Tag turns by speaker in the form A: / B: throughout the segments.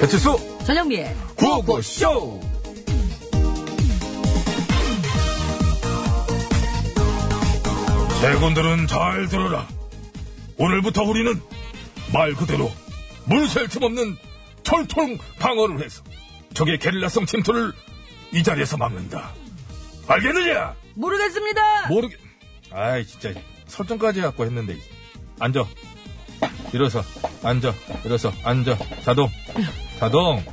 A: 배치수
B: 전영미의
A: 구호구쇼 대군들은 잘 들어라 오늘부터 우리는 말 그대로 물샐 틈 없는 철통 방어를 해서 적의 게릴라성 침투를 이 자리에서 막는다 알겠느냐
B: 모르겠습니다.
A: 모르겠 아이 진짜 설정까지 갖고 했는데 앉아 일어서 앉아 일어서 앉아 자동 자동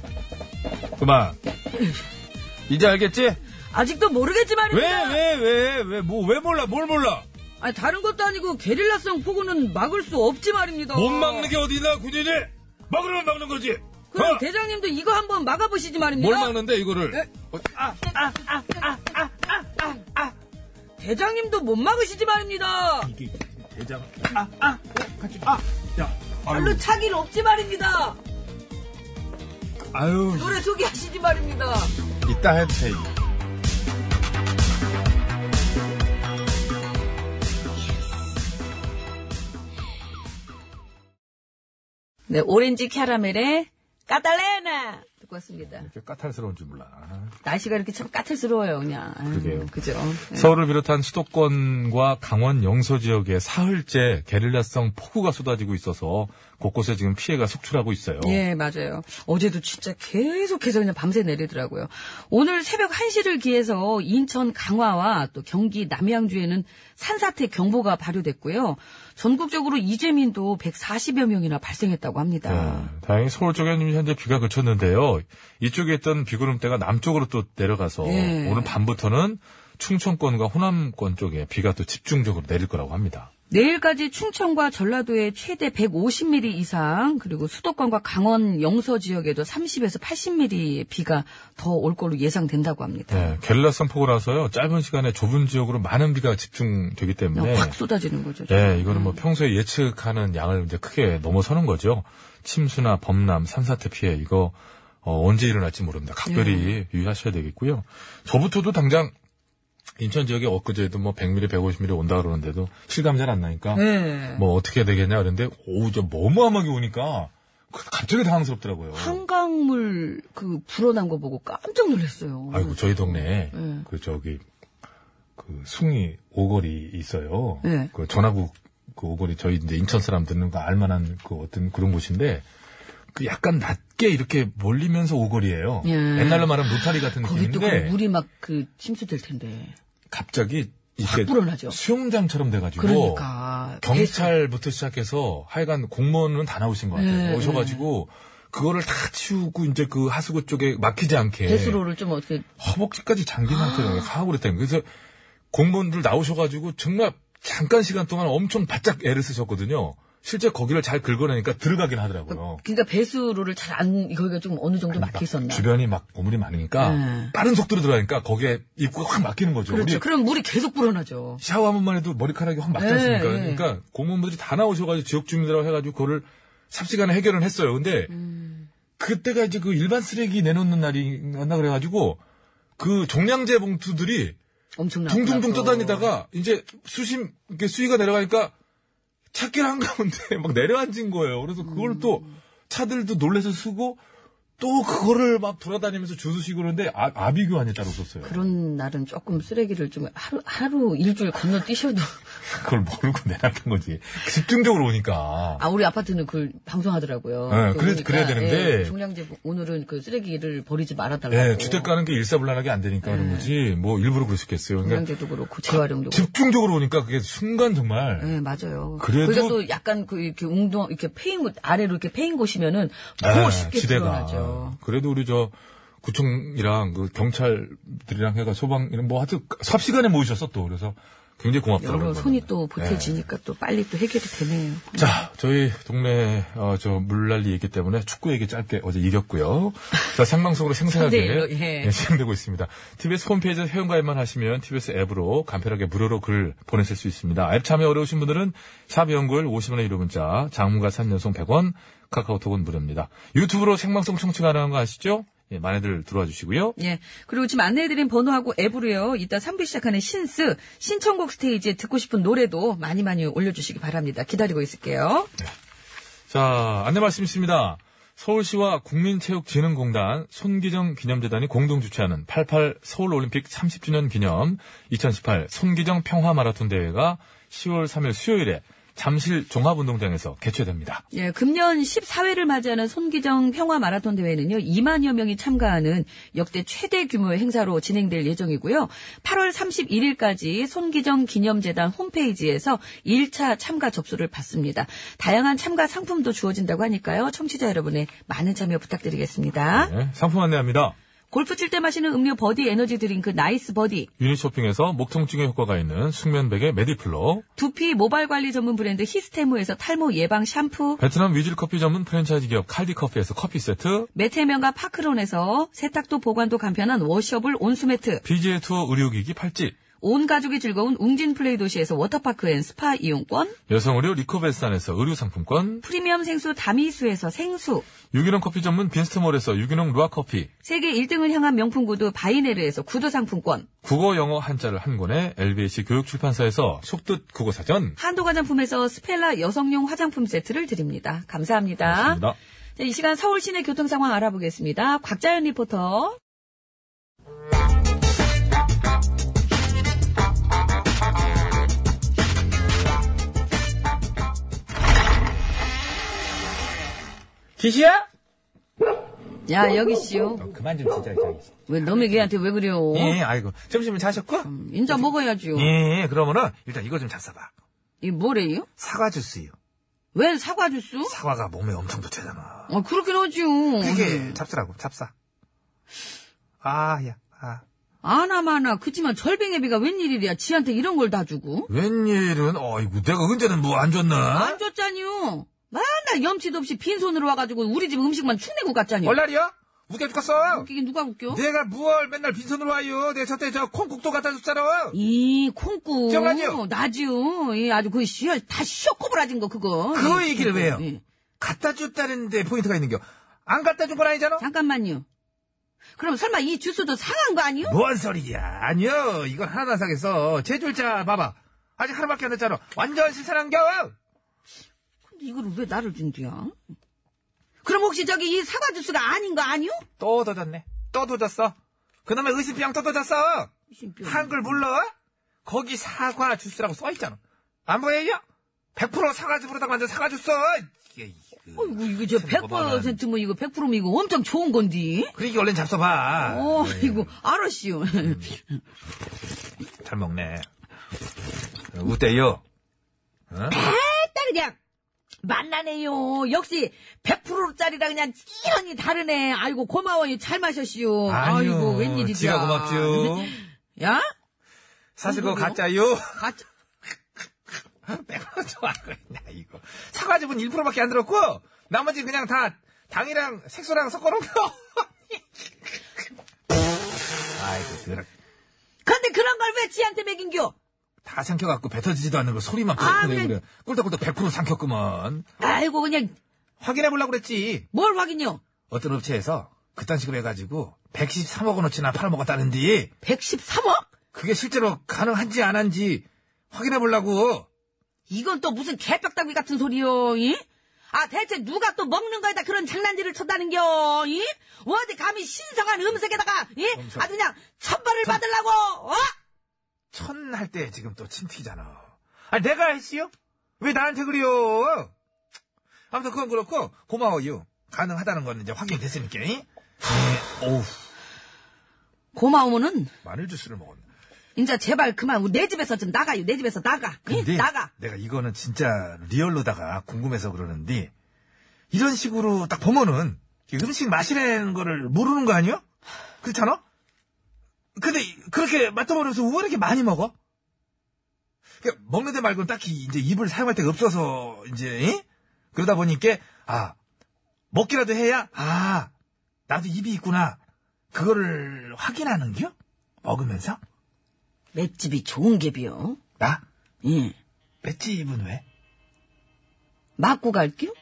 A: 그만 이제 알겠지?
B: 아직도 모르겠지만입니다.
A: 왜 왜 왜 왜 뭐 왜 몰라 뭘 몰라
B: 아니, 다른 것도 아니고 게릴라성 폭우는 막을 수 없지 말입니다.
A: 못 막는 게 어디나 군인이 막으면 막는 거지
B: 그럼 네.
A: 어?
B: 대장님도 이거 한번 막아보시지 말입니다.
A: 뭘 막는데 이거를 어,
B: 대장님도 못 막으시지 말입니다.
A: 대장 뭐.
B: 별로 차길 없지 말입니다.
A: 아유
B: 노래 소개하시지 말입니다.
A: 이따 해체
B: 네, 오렌지 캐러멜의 까탈레나 듣고 왔습니다.
A: 이렇게 까탈스러운 줄 몰라
B: 날씨가 이렇게 참 까탈스러워요, 그냥. 아유,
A: 그러게요.
B: 그죠. 예.
C: 음. 서울을 비롯한 수도권과 강원 영서 지역에 사흘째 게릴라성 폭우가 쏟아지고 있어서 곳곳에 지금 피해가 속출하고 있어요.
B: 예, 맞아요. 어제도 진짜 계속해서 그냥 밤새 내리더라고요. 오늘 새벽 1시를 기해서 인천 강화와 또 경기 남양주에는 산사태 경보가 발효됐고요. 전국적으로 이재민도 140여 명이나 발생했다고 합니다.
C: 네, 다행히 서울 쪽에는 이미 현재 비가 그쳤는데요. 이쪽에 있던 비구름대가 남쪽으로 또 내려가서
B: 예.
C: 오늘 밤부터는 충청권과 호남권 쪽에 비가 또 집중적으로 내릴 거라고 합니다.
B: 내일까지 충청과 전라도에 최대 150mm 이상, 그리고 수도권과 강원 영서 지역에도 30에서 80mm 비가 더 올 걸로 예상된다고 합니다.
C: 네, 게릴라성 폭우라서요. 짧은 시간에 좁은 지역으로 많은 비가 집중되기 때문에
B: 그냥 어, 확 쏟아지는 거죠.
C: 예, 네. 이거는 뭐 평소에 예측하는 양을 이제 크게 넘어서는 거죠. 침수나 범람, 산사태 피해 이거 어, 언제 일어날지 모릅니다. 각별히 유의하셔야 되겠고요. 저부터도 당장 인천 지역에 엊그제도 뭐 100mm, 150mm 온다 그러는데도 실감 잘 안 나니까
B: 네.
C: 뭐 어떻게 해야 되겠냐 그랬는데 오우 저 어마어마하게 오니까 그- 갑자기 당황스럽더라고요.
B: 한강물 그 불어난 거 보고 깜짝 놀랐어요.
C: 아이고 저희 동네에
B: 예.
C: 그 저기 그 숭이 오거리 있어요.
B: 예.
C: 그 전화국 그 오거리 저희 이제 인천 사람들은 그 알만한 그 어떤 그런 곳인데 그 약간 낮게 이렇게 몰리면서 오거리예요.
B: 예.
C: 옛날로 말하면 로타리 같은
B: 거기 또그
C: 느낌인데
B: 물이 막 그 침수될 텐데.
C: 갑자기 이게
B: 불어나죠.
C: 수영장처럼 돼가지고
B: 그러니까
C: 경찰부터 시작해서 하여간 공무원은 다 나오신 것 같아요.
B: 네,
C: 오셔가지고 그거를 다 치우고 이제 그 하수구 쪽에 막히지 않게
B: 배수, 로를좀 어떻게
C: 허벅지까지 잠긴 상태로
B: 아.
C: 강하고 그랬다는 거예요. 그래서 공무원들 나오셔가지고 정말 잠깐 시간 동안 엄청 바짝 애를 쓰셨거든요. 실제 거기를 잘 긁어내니까 들어가긴 하더라고요.
B: 그러니까 배수로를 잘 안 거기가 좀 어느 정도 막혀 있었나.
C: 주변이 막 오물이 많으니까
B: 네.
C: 빠른 속도로 들어가니까 거기에 입구가 확 막히는 거죠.
B: 그렇죠.
C: 우리
B: 그럼 물이 계속 불어나죠.
C: 샤워 한 번만 해도 머리카락이 확 막지
B: 네,
C: 않습니까?
B: 네.
C: 그러니까 공무원분들이 다 나오셔가지고 지역 주민들하고 해가지고 그거를 삽시간에 해결은 했어요. 근데
B: 음.
C: 그때가 이제 그 일반 쓰레기 내놓는 날이었나 그래가지고 그 종량제 봉투들이
B: 엄청나.
C: 둥둥둥 떠다니다가 이제 수심 이렇게 수위가 내려가니까 찾길 한 가운데 막 내려앉은 거예요. 그래서 그걸 또 차들도 놀래서 쓰고 또 그거를 막 돌아다니면서 주스시고 그러는데 아, 아비규환이 따로 없었어요.
B: 그런 날은 조금 쓰레기를 좀 하루, 하루 일주일 건너뛰셔도.
C: 그걸 모르고 내놨던 거지. 집중적으로 오니까.
B: 아, 우리 아파트는 그걸 방송하더라고요.
C: 예,
B: 그
C: 그래-
B: 보니까,
C: 그래야 되는데.
B: 예, 종량제 오늘은 그 쓰레기를 버리지 말아달라고.
C: 예, 주택 가는 게 일사불란하게 안 되니까 그런 거지. 뭐 일부러 그랬었겠어요. 그러니까
B: 종량제도 그렇고 재활용도 그렇고.
C: 집중적으로 오니까 그게 순간 정말
B: 네, 맞아요.
C: 그래도-
B: 러니까또 약간 그 이렇게 웅동 이렇게 패인 곳 아래로 이렇게 패인 곳이면은 더
C: 예,
B: 쉽게 드러나죠.
C: 그래도 우리 저 구청이랑 그 경찰들이랑 해가 소방 이런 뭐 하여튼 삽 시간에 모이셨어 또 그래서 굉장히 고맙더라고요. 네.
B: 여러 손이
C: 그거는.
B: 또 보태지니까 또 빨리 또 해결이 되네요.
C: 자, 저희 동네 어, 저 물난리 얘기 때문에 축구 얘기 짧게 어제 이겼고요. 자, 생방송으로 생생하게
B: 상대로, 예.
C: 예, 진행되고 있습니다. TBS 홈페이지 회원가입만 하시면 TBS 앱으로 간편하게 무료로 글 보내실 수 있습니다. 앱 참여 어려우신 분들은 샵 연글 50원의 유료 문자, 장문가 3년송 100원, 카카오톡은 무료입니다. 유튜브로 생방송 청취 가능한 거 아시죠? 예, 많이들 들어와 주시고요.
B: 예. 그리고 지금 안내해드린 번호하고 앱으로요. 이따 3부 시작하는 신스 신청곡 스테이지에 듣고 싶은 노래도 많이 많이 올려주시기 바랍니다. 기다리고 있을게요.
C: 자, 안내 말씀 있습니다. 서울시와 국민체육진흥공단 손기정 기념재단이 공동 주최하는 88 서울올림픽 30주년 기념 2018 손기정 평화마라톤 대회가 10월 3일 수요일에 잠실 종합운동장에서 개최됩니다.
B: 예, 금년 14회를 맞이하는 손기정 평화 마라톤 대회는요, 2만여 명이 참가하는 역대 최대 규모의 행사로 진행될 예정이고요. 8월 31일까지 손기정 기념재단 홈페이지에서 1차 참가 접수를 받습니다. 다양한 참가 상품도 주어진다고 하니까요. 청취자 여러분의 많은 참여 부탁드리겠습니다.
C: 네, 상품 안내합니다.
B: 골프 칠 때 마시는 음료 버디 에너지 드링크 나이스 버디,
C: 유니쇼핑에서 목통증에 효과가 있는 숙면백의 메디플로,
B: 두피 모발 관리 전문 브랜드 히스테모에서 탈모 예방 샴푸,
C: 베트남 위즐커피 전문 프랜차이즈 기업 칼디커피에서 커피 세트,
B: 메테면과 파크론에서 세탁도 보관도 간편한 워셔블 온수매트,
C: BJ 투어 의료기기 팔찌,
B: 온 가족이 즐거운 웅진 플레이 도시에서 워터파크 앤 스파 이용권,
C: 여성 의료 리코베스탄에서 의류 상품권,
B: 프리미엄 생수 다미수에서 생수,
C: 유기농 커피 전문 빈스트몰에서 유기농 루아 커피,
B: 세계 1등을 향한 명품 구두 바이네르에서 구두 상품권,
C: 국어 영어 한자를 한 권에 LBC 교육 출판사에서 속뜻 국어 사전.
B: 한도 화장품에서 스펠라 여성용 화장품 세트를 드립니다. 감사합니다.
C: 고맙습니다.
B: 자, 이 시간 서울 시내 교통 상황 알아보겠습니다. 곽자연 리포터.
D: 기시야?
B: 야, 여기 씨요.
D: 어, 그만 좀 진짜 이상했어.
B: 왜 너무 걔한테 왜 그래요?
D: 예, 아이고. 점심은 자셨고?
B: 인자 먹어야죠.
D: 예, 그러면은 일단 이거 좀 잡숴봐.
B: 이 뭐래요?
D: 사과 주스요.
B: 왜 사과 주스?
D: 사과가 몸에 엄청 좋대잖아.
B: 아, 그렇긴 하죠.
D: 그게 잡수라고, 잡사. 아, 야, 아.
B: 아나마나 그치만 절빙애비가 웬일이랴 지한테 이런 걸 다 주고
C: 웬일은, 어이구, 내가 언제는 뭐 안
D: 어?
C: 줬나?
B: 안 줬잖요 맨날 염치도 없이 빈손으로 와가지고 우리 집 음식만 축내고 갔잖요
D: 얼라리야? 웃겨 죽겠어!
B: 웃기긴 누가 웃겨
D: 내가 무얼 맨날 빈손으로 와요. 내 저때 저 콩국도 갖다 줬잖아.
B: 이 콩국
D: 기억나죠?
B: 나지요 이 아주 그 씨야 다 쇼코브라진 거 그거
D: 그거
B: 이
D: 얘기를 왜요?
B: 예.
D: 갖다 줬다는데 포인트가 있는겨. 안 갖다 준 건 아니잖아?
B: 잠깐만요 그럼 설마 이 주스도 상한 거 아니요?
D: 뭔 소리야. 아니요. 이건 하나도 안 사겠어. 제줄자 봐봐. 아직 하루밖에 안 됐잖아. 완전 신선한겨!
B: 근데 이걸 왜 나를 준디야? 그럼 혹시 저기 이 사과 주스가 아닌 거 아니요?
D: 또 도졌네. 또 도졌어. 그놈의 의심병 또 도졌어.
B: 의심병.
D: 한글 몰라? 거기 사과 주스라고 써있잖아. 안 보여요? 100% 사과즙으로다 만든 사과 주스. 이게, 이거.
B: 어이구 이거 저
D: 참 거만한.
B: 100%뭐 이거 100%면 이거 엄청 좋은 건디
D: 그러기 얼른 잡숴봐. 네,
B: 어, 이거, 알았시요.
D: 음. 잘 먹네. 어때요?
B: 딱 그냥, 만나네요. 역시, 100%짜리라 그냥 찌런히 다르네. 아이고, 고마워요. 잘 마셨시요. 아이고, 웬일이지.
D: 지가 고맙죠.
B: 야?
D: 사실 그거
B: 그래요?
D: 가짜요.
B: 가짜,
D: 빼고 좋아할 거나 이거. 사과즙은 1%밖에 안 들었고 나머지 그냥 다 당이랑 색소랑 섞어놓고. 아이고 그래.
B: 근데 그런 걸 왜 지한테 먹인겨?
D: 다 삼켜갖고 뱉어지지도 않는 걸 소리만
B: 아,
D: 그래
B: 그래.
D: 그래. 꿀떡꿀떡 100% 삼켰구만.
B: 아이고, 그냥,
D: 확인해 보려고 그랬지.
B: 뭘 확인요?
D: 어떤 업체에서 그딴 식으로 해가지고 113억 원어치나 팔아먹었다는데
B: 113억?
D: 그게 실제로 가능한지 안 한지 확인해 보려고.
B: 이건 또 무슨 개벽다귀 같은 소리요, 이? 아, 대체 누가 또 먹는 거에다 그런 장난질을 쳤다는겨, 이? 어디 감히 신성한 음색에다가, 이? 아주 그냥 천벌을 받으려고, 어?
C: 천 할 때 지금 또 침튀잖아. 아, 내가 했지요? 왜 나한테 그래요? 아무튼 그건 그렇고, 고마워요. 가능하다는 건 이제 확인됐으니까, 잉? 어우,
B: 고마우면은,
C: 마늘 주스를 먹었네.
B: 이제 제발 그만, 내 집에서 좀 나가요, 내 집에서 나가, 이?
C: 근데
B: 나가.
C: 내가 이거는 진짜 리얼로다가 궁금해서 그러는데, 이런 식으로 딱 보면은, 이 음식 맛이라는 거를 모르는 거 아니요? 그렇잖아? 근데 그렇게 맛도 모르면서 왜 이렇게 많이 먹어? 그러니까 먹는 데 말고는 딱히 이제 입을 사용할 데가 없어서, 이제, 이? 그러다 보니까, 아, 먹기라도 해야, 아, 나도 입이 있구나. 그거를 확인하는 겨? 먹으면서?
B: 맷집이 좋은 갭이요.
C: 나?
B: 예.
C: 맷집은 왜?
B: 맞고 갈게요?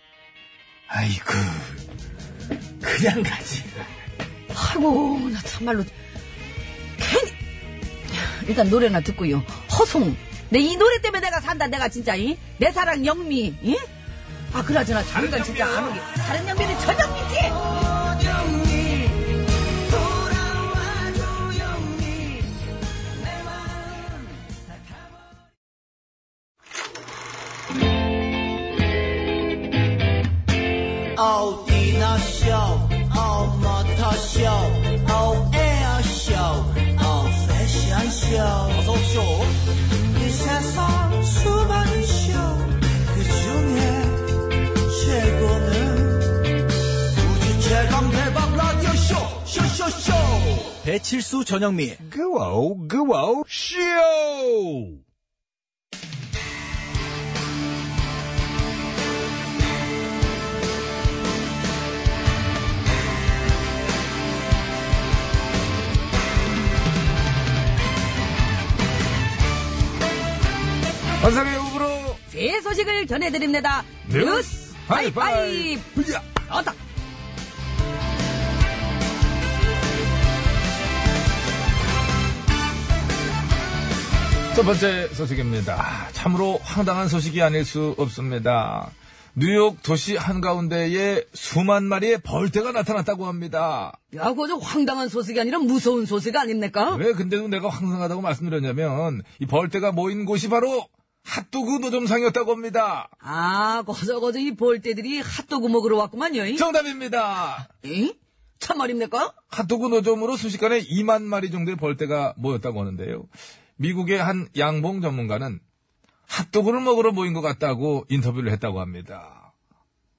C: 아이고, 그, 그냥 가지.
B: 아이고, 나 참말로. 괜히. 일단 노래나 듣고요. 허송. 내 이 노래 때문에 내가 산다, 내가 진짜, 이? 내 사랑 영미, 이? 아, 그나저나, 잠깐 진짜 안 오게. 다른 영미는 저 영미지!
E: 어디나 쇼, 어머터 쇼, 어에어 쇼, 어 패션 쇼. 어서 쇼. 이 세상 수많은 쇼, 그 중에 최고는 우주 최강 대박 라디오 쇼, 쇼쇼쇼. 배칠수 전영미.
C: 그와우, 그와우, 쇼! 환상의 호불호
B: 새 소식을 전해드립니다. 뉴스 하이파이브!
C: 으쌰!
B: 어다
C: 첫 번째 소식입니다. 아, 참으로 황당한 소식이 아닐 수 없습니다. 뉴욕 도시 한가운데에 수만 마리의 벌떼가 나타났다고 합니다.
B: 야, 그거 좀 황당한 소식이 아니라 무서운 소식 아닙니까?
C: 왜 근데도 내가 황당하다고 말씀드렸냐면 이 벌떼가 모인 곳이 바로 핫도그 노점상이었다고 합니다.
B: 아, 거저거저 이 볼대들이 핫도그 먹으러 왔구만요, 이?
C: 정답입니다.
B: 이? 참 말입니까?
C: 핫도그 노점으로 순식간에 2만 마리 정도의 벌떼가 모였다고 하는데요. 미국의 한 양봉 전문가는 핫도그를 먹으러 모인 것 같다고 인터뷰를 했다고 합니다.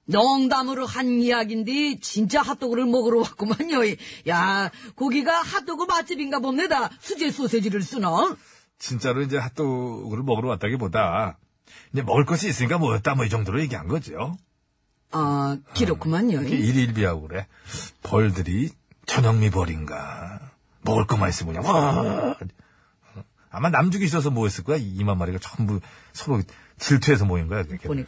B: 농담으로 한 이야기인데 진짜 핫도그를 먹으러 왔구만요. 야, 고기가 핫도그 맛집인가 봅니다. 수제 소세지를 쓰나?
C: 진짜로 이제 핫도그를 먹으러 왔다기보다 이제 먹을 것이 있으니까 모였다 뭐 이 정도로 얘기한 거죠.
B: 아, 기렇구만요.
C: 이게 일일비하고 그래. 벌들이 전영미 벌인가. 먹을 것만 있으면 그냥 와. 아마 남죽이 있어서 모였을 거야. 이 2만 마리가 전부 서로 질투해서 모인 거야. 이렇게.
B: 보니,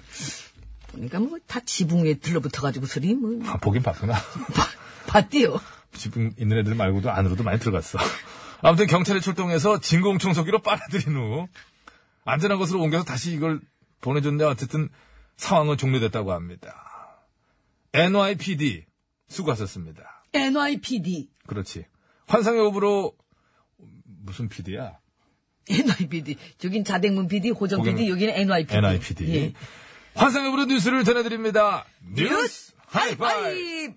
B: 보니까 뭐 다 지붕 위에 들러붙어가지고 소리 뭐
C: 아, 보긴 봤구나.
B: 바- 봤대요.
C: 집 있는 애들 말고도 안으로도 많이 들어갔어. 아무튼 경찰이 출동해서 진공 청소기로 빨아들인 후 안전한 곳으로 옮겨서 다시 이걸 보내줬는데 어쨌든 상황은 종료됐다고 합니다. NYPD 수고하셨습니다.
B: NYPD,
C: 그렇지. 환상의 호불호 무슨 PD야?
B: NYPD. 저긴 자댕문 PD, 호정 PD,
C: 거기는
B: 여기는 NYPD.
C: NIPD.
B: 예.
C: 환상의 호불호 뉴스를 전해드립니다.
B: 뉴스 하이파이브!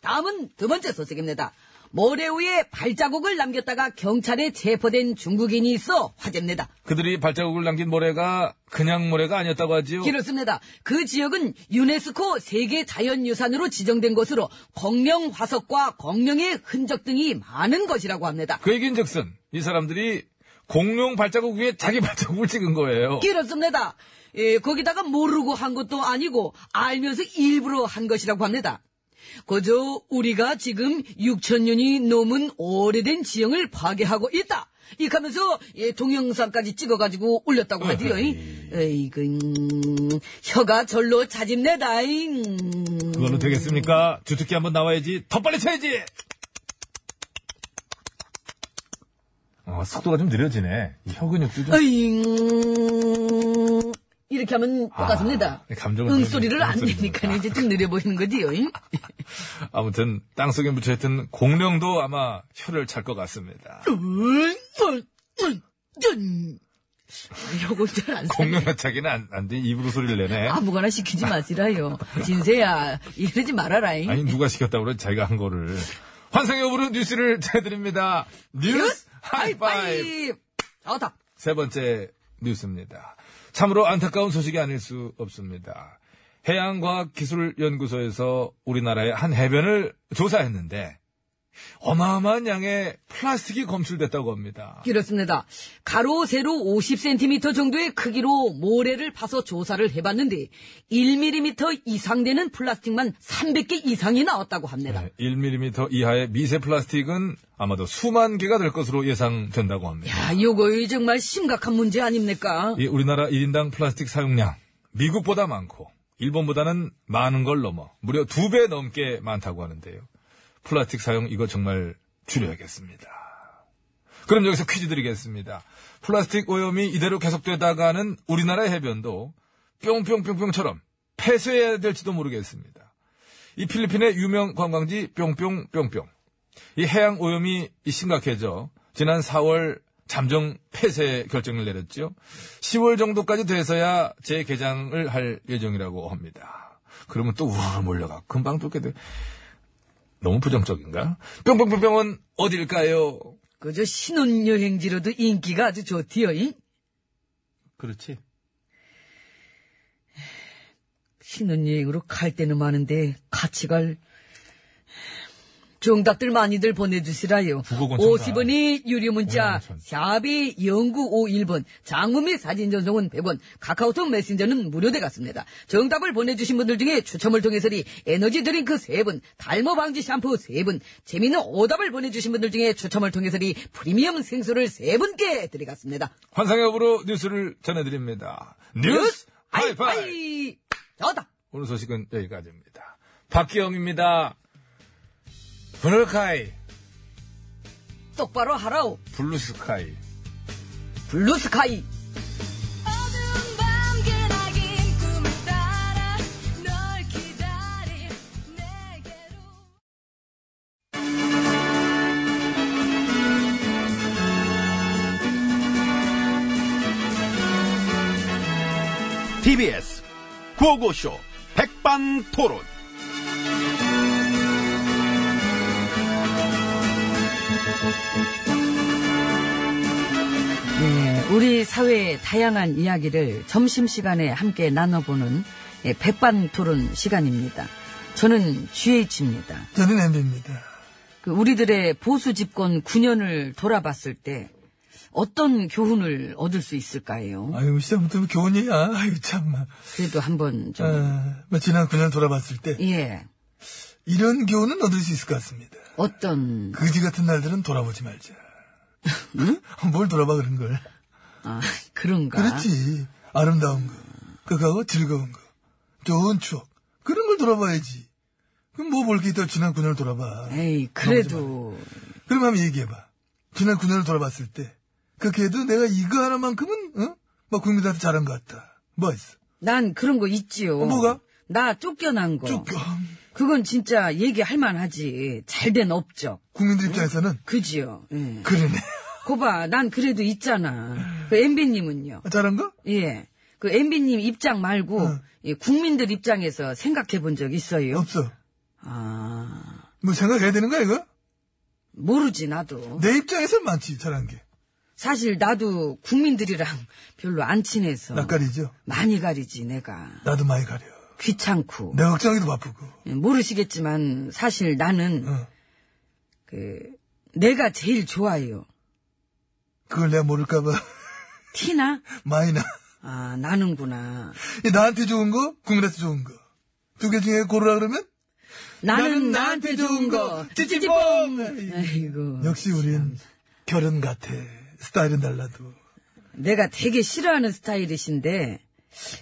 B: 다음은 두 번째 소식입니다. 모래 위에 발자국을 남겼다가 경찰에 체포된 중국인이 있어 화제입니다.
C: 그들이 발자국을 남긴 모래가 그냥 모래가 아니었다고 하지요.
B: 그렇습니다. 그 지역은 유네스코 세계 자연유산으로 지정된 것으로 공룡 화석과 공룡의 흔적 등이 많은 것이라고 합니다.
C: 그 얘기인즉슨 이 사람들이 공룡 발자국 위에 자기 발자국을 찍은 거예요.
B: 그렇습니다. 예, 거기다가 모르고 한 것도 아니고 알면서 일부러 한 것이라고 합니다. 그저 우리가 지금 6천년이 넘은 오래된 지형을 파괴하고 있다. 이 하면서 예, 동영상까지 찍어가지고 올렸다고 하지요. 에이그 음, 혀가 절로 자집내다. 음.
C: 그걸로 되겠습니까? 주특기 한번 나와야지. 더 빨리 쳐야지. 어, 속도가 좀 느려지네. 이 혀 근육도 좀.
B: 어잉. 이렇게 하면 똑같습니다.
C: 아, 감정은
B: 응소리를 안
C: 음소리구나.
B: 내니까 이제 좀 느려 보이는 거지요. 잉?
C: 아무튼 땅속에 묻혀있던 공룡도 아마 혀를 찰 것 같습니다.
B: 이러고 잘안 사.
C: 공룡 혀차기는 안, 안 돼. 입으로 소리를 내네.
B: 아무거나 시키지 마시라요. 진세야 이러지 말아라잉.
C: 아니 누가 시켰다고 그래 자기가 한 거를. 환상의 오브로 뉴스를 전해드립니다. 뉴스 하이파이브!
B: 아, 답.
C: 세 번째 뉴스입니다. 참으로 안타까운 소식이 아닐 수 없습니다. 해양과학기술연구소에서 우리나라의 한 해변을 조사했는데 어마어마한 양의 플라스틱이 검출됐다고 합니다.
B: 그렇습니다. 가로 세로 50cm 정도의 크기로 모래를 파서 조사를 해봤는데 1mm 이상 되는 플라스틱만 300개 이상이 나왔다고 합니다.
C: 1mm 이하의 미세 플라스틱은 아마도 수만 개가 될 것으로 예상된다고 합니다.
B: 야, 요거 정말 심각한 문제 아닙니까?
C: 이 예, 우리나라 1인당 플라스틱 사용량 미국보다 많고 일본보다는 많은 걸 넘어 무려 두 배 넘게 많다고 하는데요. 플라스틱 사용 이거 정말 줄여야겠습니다. 그럼 여기서 퀴즈 드리겠습니다. 플라스틱 오염이 이대로 계속되다가는 우리나라의 해변도 뿅뿅뿅뿅처럼 폐쇄해야 될지도 모르겠습니다. 이 필리핀의 유명 관광지 뿅뿅뿅뿅. 이 해양 오염이 심각해져 지난 4월 잠정 폐쇄 결정을 내렸죠. 10월 정도까지 돼서야 재개장을 할 예정이라고 합니다. 그러면 또 우르르 몰려가 금방 뚫게 돼. 너무 부정적인가? 뿅뿅뿅뿅은 어딜까요?
B: 그저 신혼여행지로도 인기가 아주 좋디요. 잉?
C: 그렇지.
B: 신혼여행으로 갈 때는 많은데 같이 갈 정답들 많이들 보내주시라요.
C: 북어건
B: 50원이 유료 문자,
C: 오양천.
B: 샵이 0951번, 장문 및 사진 전송은 100원, 카카오톡 메신저는 무료돼 갔습니다. 정답을 보내주신 분들 중에 추첨을 통해서리 에너지 드링크 3분, 달모 방지 샴푸 3분, 재미있는 오답을 보내주신 분들 중에 추첨을 통해서리 프리미엄 생수를 3분께 드리겠습니다.
C: 환상의 업으로 뉴스를 전해드립니다. 뉴스 하이파이!
B: 하이파이! 정답!
C: 오늘 소식은 여기까지입니다. 박기영입니다. 블루카이,
B: 똑바로 하라오!
C: 블루스카이.
B: 블루스카이!
F: 어두운 밤그나긴 꿈을 따라 널 기다릴 내게로
G: TBS 구호고쇼 백반토론.
B: 네, 우리 사회의 다양한 이야기를 점심시간에 함께 나눠보는 예, 백반 토론 시간입니다. 저는 GH입니다. 그
D: 저는 엠비입니다.
B: 우리들의 보수 집권 9년을 돌아봤을 때 어떤 교훈을 얻을 수 있을까요?
D: 아유, 시작부터 뭐 교훈이야. 아유, 참나.
B: 그래도 한번 좀,
D: 아, 뭐 지난 9년 돌아봤을 때
B: 예,
D: 이런 교훈은 얻을 수 있을 것 같습니다.
B: 어떤,
D: 그지 같은 날들은 돌아보지 말자. 뭘 돌아봐 그런 걸.
B: 아, 그런가.
D: 그렇지. 아름다운 거, 그거하고 즐거운 거, 좋은 추억 그런 걸 돌아봐야지. 그럼 뭐 볼 게 있다 지난 9년을 돌아봐.
B: 에이, 그래도,
D: 그럼 한번 얘기해봐. 지난 9년을 돌아봤을 때 그렇게도 내가 이거 하나만큼은 어? 막 국민들한테 잘한 것 같다. 뭐 있어?
B: 난 그런 거 있지요.
D: 어, 뭐가?
B: 나 쫓겨난 거.
D: 쭉 어,
B: 그건 진짜 얘기할 만하지. 잘된 업적.
D: 국민들 입장에서는
B: 그지요. 예.
D: 그러네.
B: 거봐, 난 그래도 있잖아. 그 MB님은요?
D: 잘한 거?
B: 예. 그 MB님 입장 말고, 예, 국민들 입장에서 생각해 본 적 있어요?
D: 없어.
B: 아,
D: 뭐 생각해야 되는 거야 이거?
B: 모르지, 나도.
D: 내 입장에서 많지 잘한 게.
B: 사실 나도 국민들이랑 별로 안 친해서.
D: 낯가리죠.
B: 많이 가리지, 내가.
D: 나도 많이 가려.
B: 귀찮고.
D: 내 걱정하기도 바쁘고.
B: 예, 모르시겠지만, 사실 나는,
D: 응.
B: 그, 내가 제일 좋아요.
D: 그걸 내가 모를까봐
B: 티나?
D: 많이 나.
B: 아, 나는구나.
D: 이 나한테 좋은 거, 국민한테 좋은 거. 두 개 중에 고르라 그러면?
B: 나는 나한테 좋은 거.
D: 찌찌뽕!
B: 아이고.
D: 역시 우린 결은 같아. 스타일은 달라도.
B: 내가 되게 싫어하는 스타일이신데,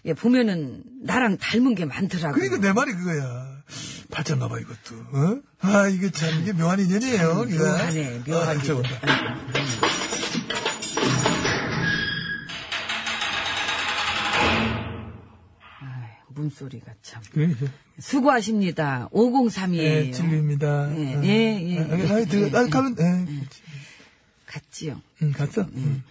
B: 예, 보면은 나랑 닮은 게 많더라고요.
D: 그러니까 내 말이 그거야. 팔짱 가봐, 이것도. 어? 아, 이게 참, 이게 묘한 인연이에요. 우리가.
B: 묘하네, 묘하게.
D: 아, 진짜 온다.
B: 소리가 참.
D: 예,
B: 수고하십니다. 5032.
D: 예. 예, 진리입니다.
B: 예,
D: 아,
B: 예, 예.
D: 아, 아, 들어, 아, 가면, 예.
B: 같지요.
D: 음, 갔어? 음.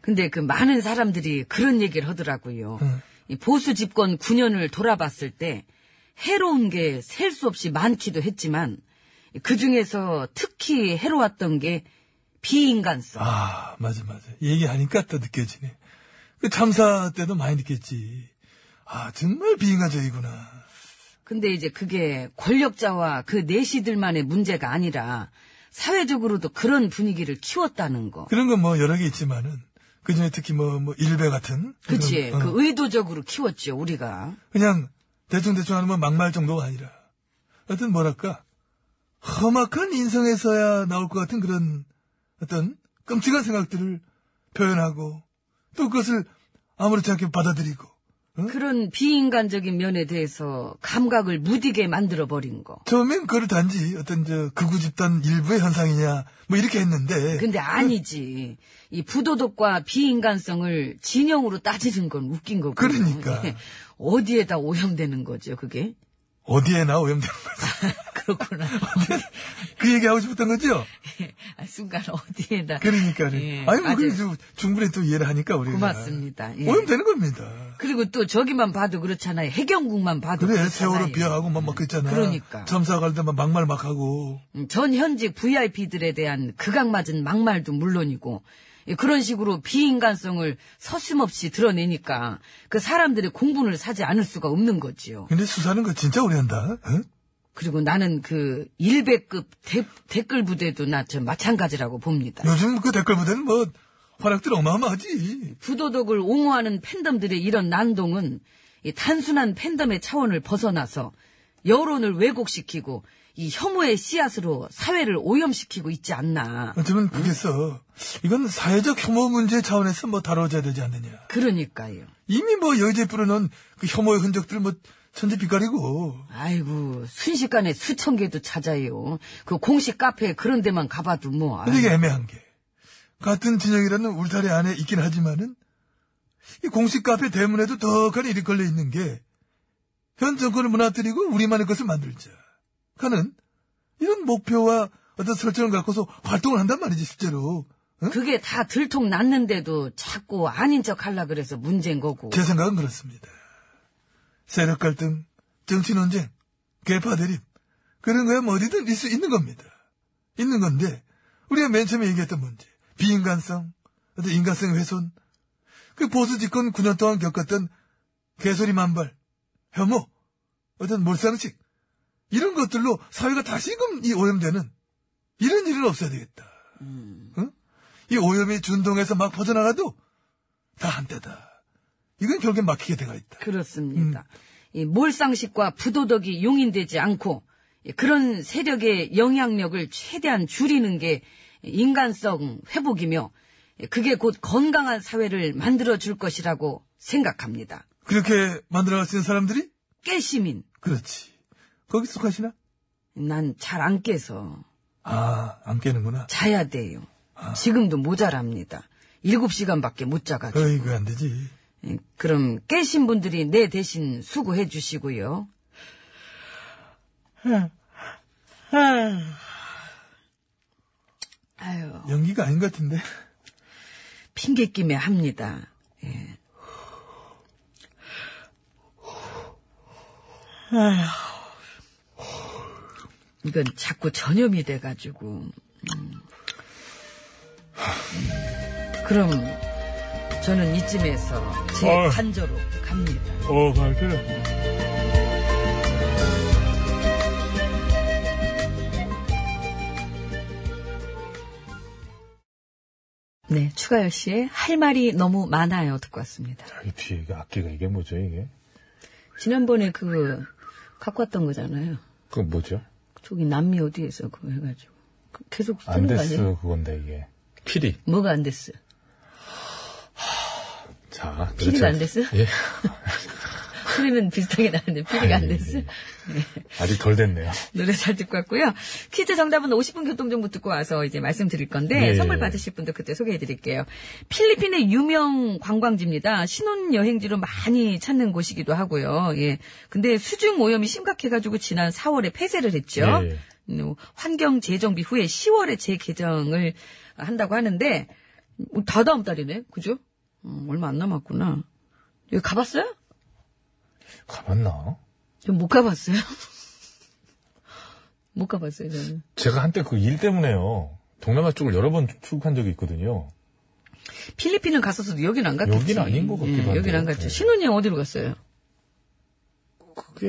B: 근데 그 많은 사람들이 그런 얘기를 하더라고요.
D: 예.
B: 이 보수 집권 9년을 돌아봤을 때 해로운 게 셀 수 없이 많기도 했지만 그 중에서 특히 해로웠던 게 비인간성.
D: 아, 맞아, 맞아. 얘기하니까 또 느껴지네. 그 참사 때도 많이 느꼈지. 아, 정말 비인간적이구나.
B: 근데 이제 그게 권력자와 그 내시들만의 문제가 아니라 사회적으로도 그런 분위기를 키웠다는 거.
D: 그런 건 뭐 여러 개 있지만은, 그 중에 특히 뭐, 뭐, 일베 같은. 그런,
B: 그치?
D: 어,
B: 그 의도적으로 키웠죠, 우리가.
D: 그냥 대충대충 하는 건 막말 정도가 아니라 어떤 뭐랄까 험악한 인성에서야 나올 것 같은 그런 어떤 끔찍한 생각들을 표현하고 또 그것을 아무렇지 않게 받아들이고
B: 그런 비인간적인 면에 대해서 감각을 무디게 만들어버린 거.
D: 처음엔 그걸 단지 어떤 저 극우 집단 일부의 현상이냐 뭐 이렇게 했는데
B: 근데 아니지. 이 부도덕과 비인간성을 진영으로 따지는 건 웃긴 거고.
D: 그러니까.
B: 어디에다 오염되는 거죠, 그게?
D: 어디에나 오염되는 거지
B: 그렇구나.
D: 그 얘기하고 싶었던 거죠
B: 아, 순간 어디에다.
D: 그러니까
B: 예,
D: 아니 뭐
B: 맞아요.
D: 그게 좀 충분히 또 이해를 하니까 우리가
B: 고맙습니다. 예.
D: 오염되는 겁니다
B: 그리고 또 저기만 봐도 그렇잖아요. 해경국만 봐도
D: 그래,
B: 그렇잖아요.
D: 세월호 비하하고 뭐 막, 막 그랬잖아.
B: 그러니까.
D: 참사 갈 때만 막말 막 하고.
B: 음, 전 현직 VIP들에 대한 극악맞은 막말도 물론이고 예, 그런 식으로 비인간성을 서슴없이 드러내니까 그 사람들의 공분을 사지 않을 수가 없는 거지요.
D: 근데 수사는 거 진짜 오래 한다. 응?
B: 그리고 나는 그 1배급 댓글 부대도 나 저 마찬가지라고 봅니다.
D: 요즘 그 댓글보다는 뭐, 활약들 어마어마하지.
B: 부도덕을 옹호하는 팬덤들의 이런 난동은 이 단순한 팬덤의 차원을 벗어나서 여론을 왜곡시키고 이 혐오의 씨앗으로 사회를 오염시키고 있지 않나.
D: 어쩌면 그게 써. 이건 사회적 혐오 문제 차원에서 뭐 다뤄져야 되지 않느냐.
B: 그러니까요.
D: 이미 뭐 여의도에 뿌려놓은 그 혐오의 흔적들 뭐, 천지 빛깔이고.
B: 아이고 순식간에 수천 개도 찾아요. 그 공식 카페 그런 데만 가봐도 뭐. 아유.
D: 근데 이게 애매한 게. 같은 진영이라는 울타리 안에 있긴 하지만은, 이 공식 카페 대문에도 덕하니 이리 걸려 있는 게, 현 정권을 무너뜨리고 우리만의 것을 만들자. 하는, 이런 목표와 어떤 설정을 갖고서 활동을 한단 말이지, 실제로. 응?
B: 그게 다 들통 났는데도 자꾸 아닌 척 하려 그래서 문제인 거고.
D: 제 생각은 그렇습니다. 세력 갈등, 정치 논쟁, 개파 대립, 그런 거야 뭐 어디든 있을 수 있는 겁니다. 있는 건데, 우리가 맨 처음에 얘기했던 문제, 비인간성, 어떤 인간성 훼손, 그 보수 집권 9년 동안 겪었던 개소리 만발, 혐오, 어떤 몰상식, 이런 것들로 사회가 다시금 이 오염되는, 이런 일은 없어야 되겠다. 응? 이 오염이 준동해서 막 퍼져나가도 다 한때다. 이건 결국엔 막히게 돼가 있다.
B: 그렇습니다. 이 몰상식과 부도덕이 용인되지 않고 이 그런 세력의 영향력을 최대한 줄이는 게 인간성 회복이며 그게 곧 건강한 사회를 만들어 줄 것이라고 생각합니다.
D: 그렇게 만들어갈 수 있는 사람들이?
B: 깨시민.
D: 그렇지. 거기 속하시나?
B: 난 잘 안 깨서
D: 아, 안 깨는구나.
B: 자야 돼요. 지금도 모자랍니다. 7시간밖에 못 자가지고.
D: 어이구, 안 되지.
B: 예, 그럼 깨신 분들이 내 대신 수고해 주시고요. 아유,
D: 연기가 아닌 것 같은데.
B: 핑계 끼며 합니다. 예. 이건 자꾸 전염이 돼가지고. 음. 그럼 저는 이쯤에서 제
D: 아유.
B: 관저로 갑니다.
D: 어, 밝혀요.
B: 네, 추가열 씨의 할 말이 너무 많아요 듣고 왔습니다.
D: 이그 뒤에 이거 악기가 이게 뭐죠, 이게?
B: 지난번에 그 갖고 왔던 거잖아요.
D: 그거 뭐죠?
B: 저기 남미 어디에서 그거 해가지고 그 계속 쓰는 거 아니에요?
D: 안데스 그건데, 이게. 피리.
B: 뭐가 안 됐어요?
D: 자, 그렇죠.
B: 피리가 안 됐어요?
D: 예.
B: 소리는 비슷하게 나는데 피리가 안 됐어.
C: 아직 덜 됐네요.
B: 노래 잘 듣고 왔고요. 퀴즈 정답은 50분 교통정보 듣고 와서 이제 말씀드릴 건데
C: 예.
B: 선물 받으실 분도 그때 소개해드릴게요. 필리핀의 유명 관광지입니다. 신혼여행지로 많이 찾는 곳이기도 하고요. 예. 근데 수중 오염이 심각해가지고 지난 4월에 폐쇄를 했죠.
C: 예.
B: 음, 환경 재정비 후에 10월에 재개정을 한다고 하는데 음, 다 다음 달이네, 그죠? 음, 얼마 안 남았구나. 여기 가봤어요?
C: 가봤나?
B: 전 못 가봤어요. 못 가봤어요, 저는.
C: 제가 한때 그 일 때문에요. 동남아 쪽을 여러 번 출국한 적이 있거든요.
B: 필리핀을 갔었어도 여긴 안 갔겠지. 예,
C: 여긴 아닌 것 같기도 한데.
B: 여긴 안 갔죠.
C: 네.
B: 신혼여행 어디로 갔어요?
C: 그게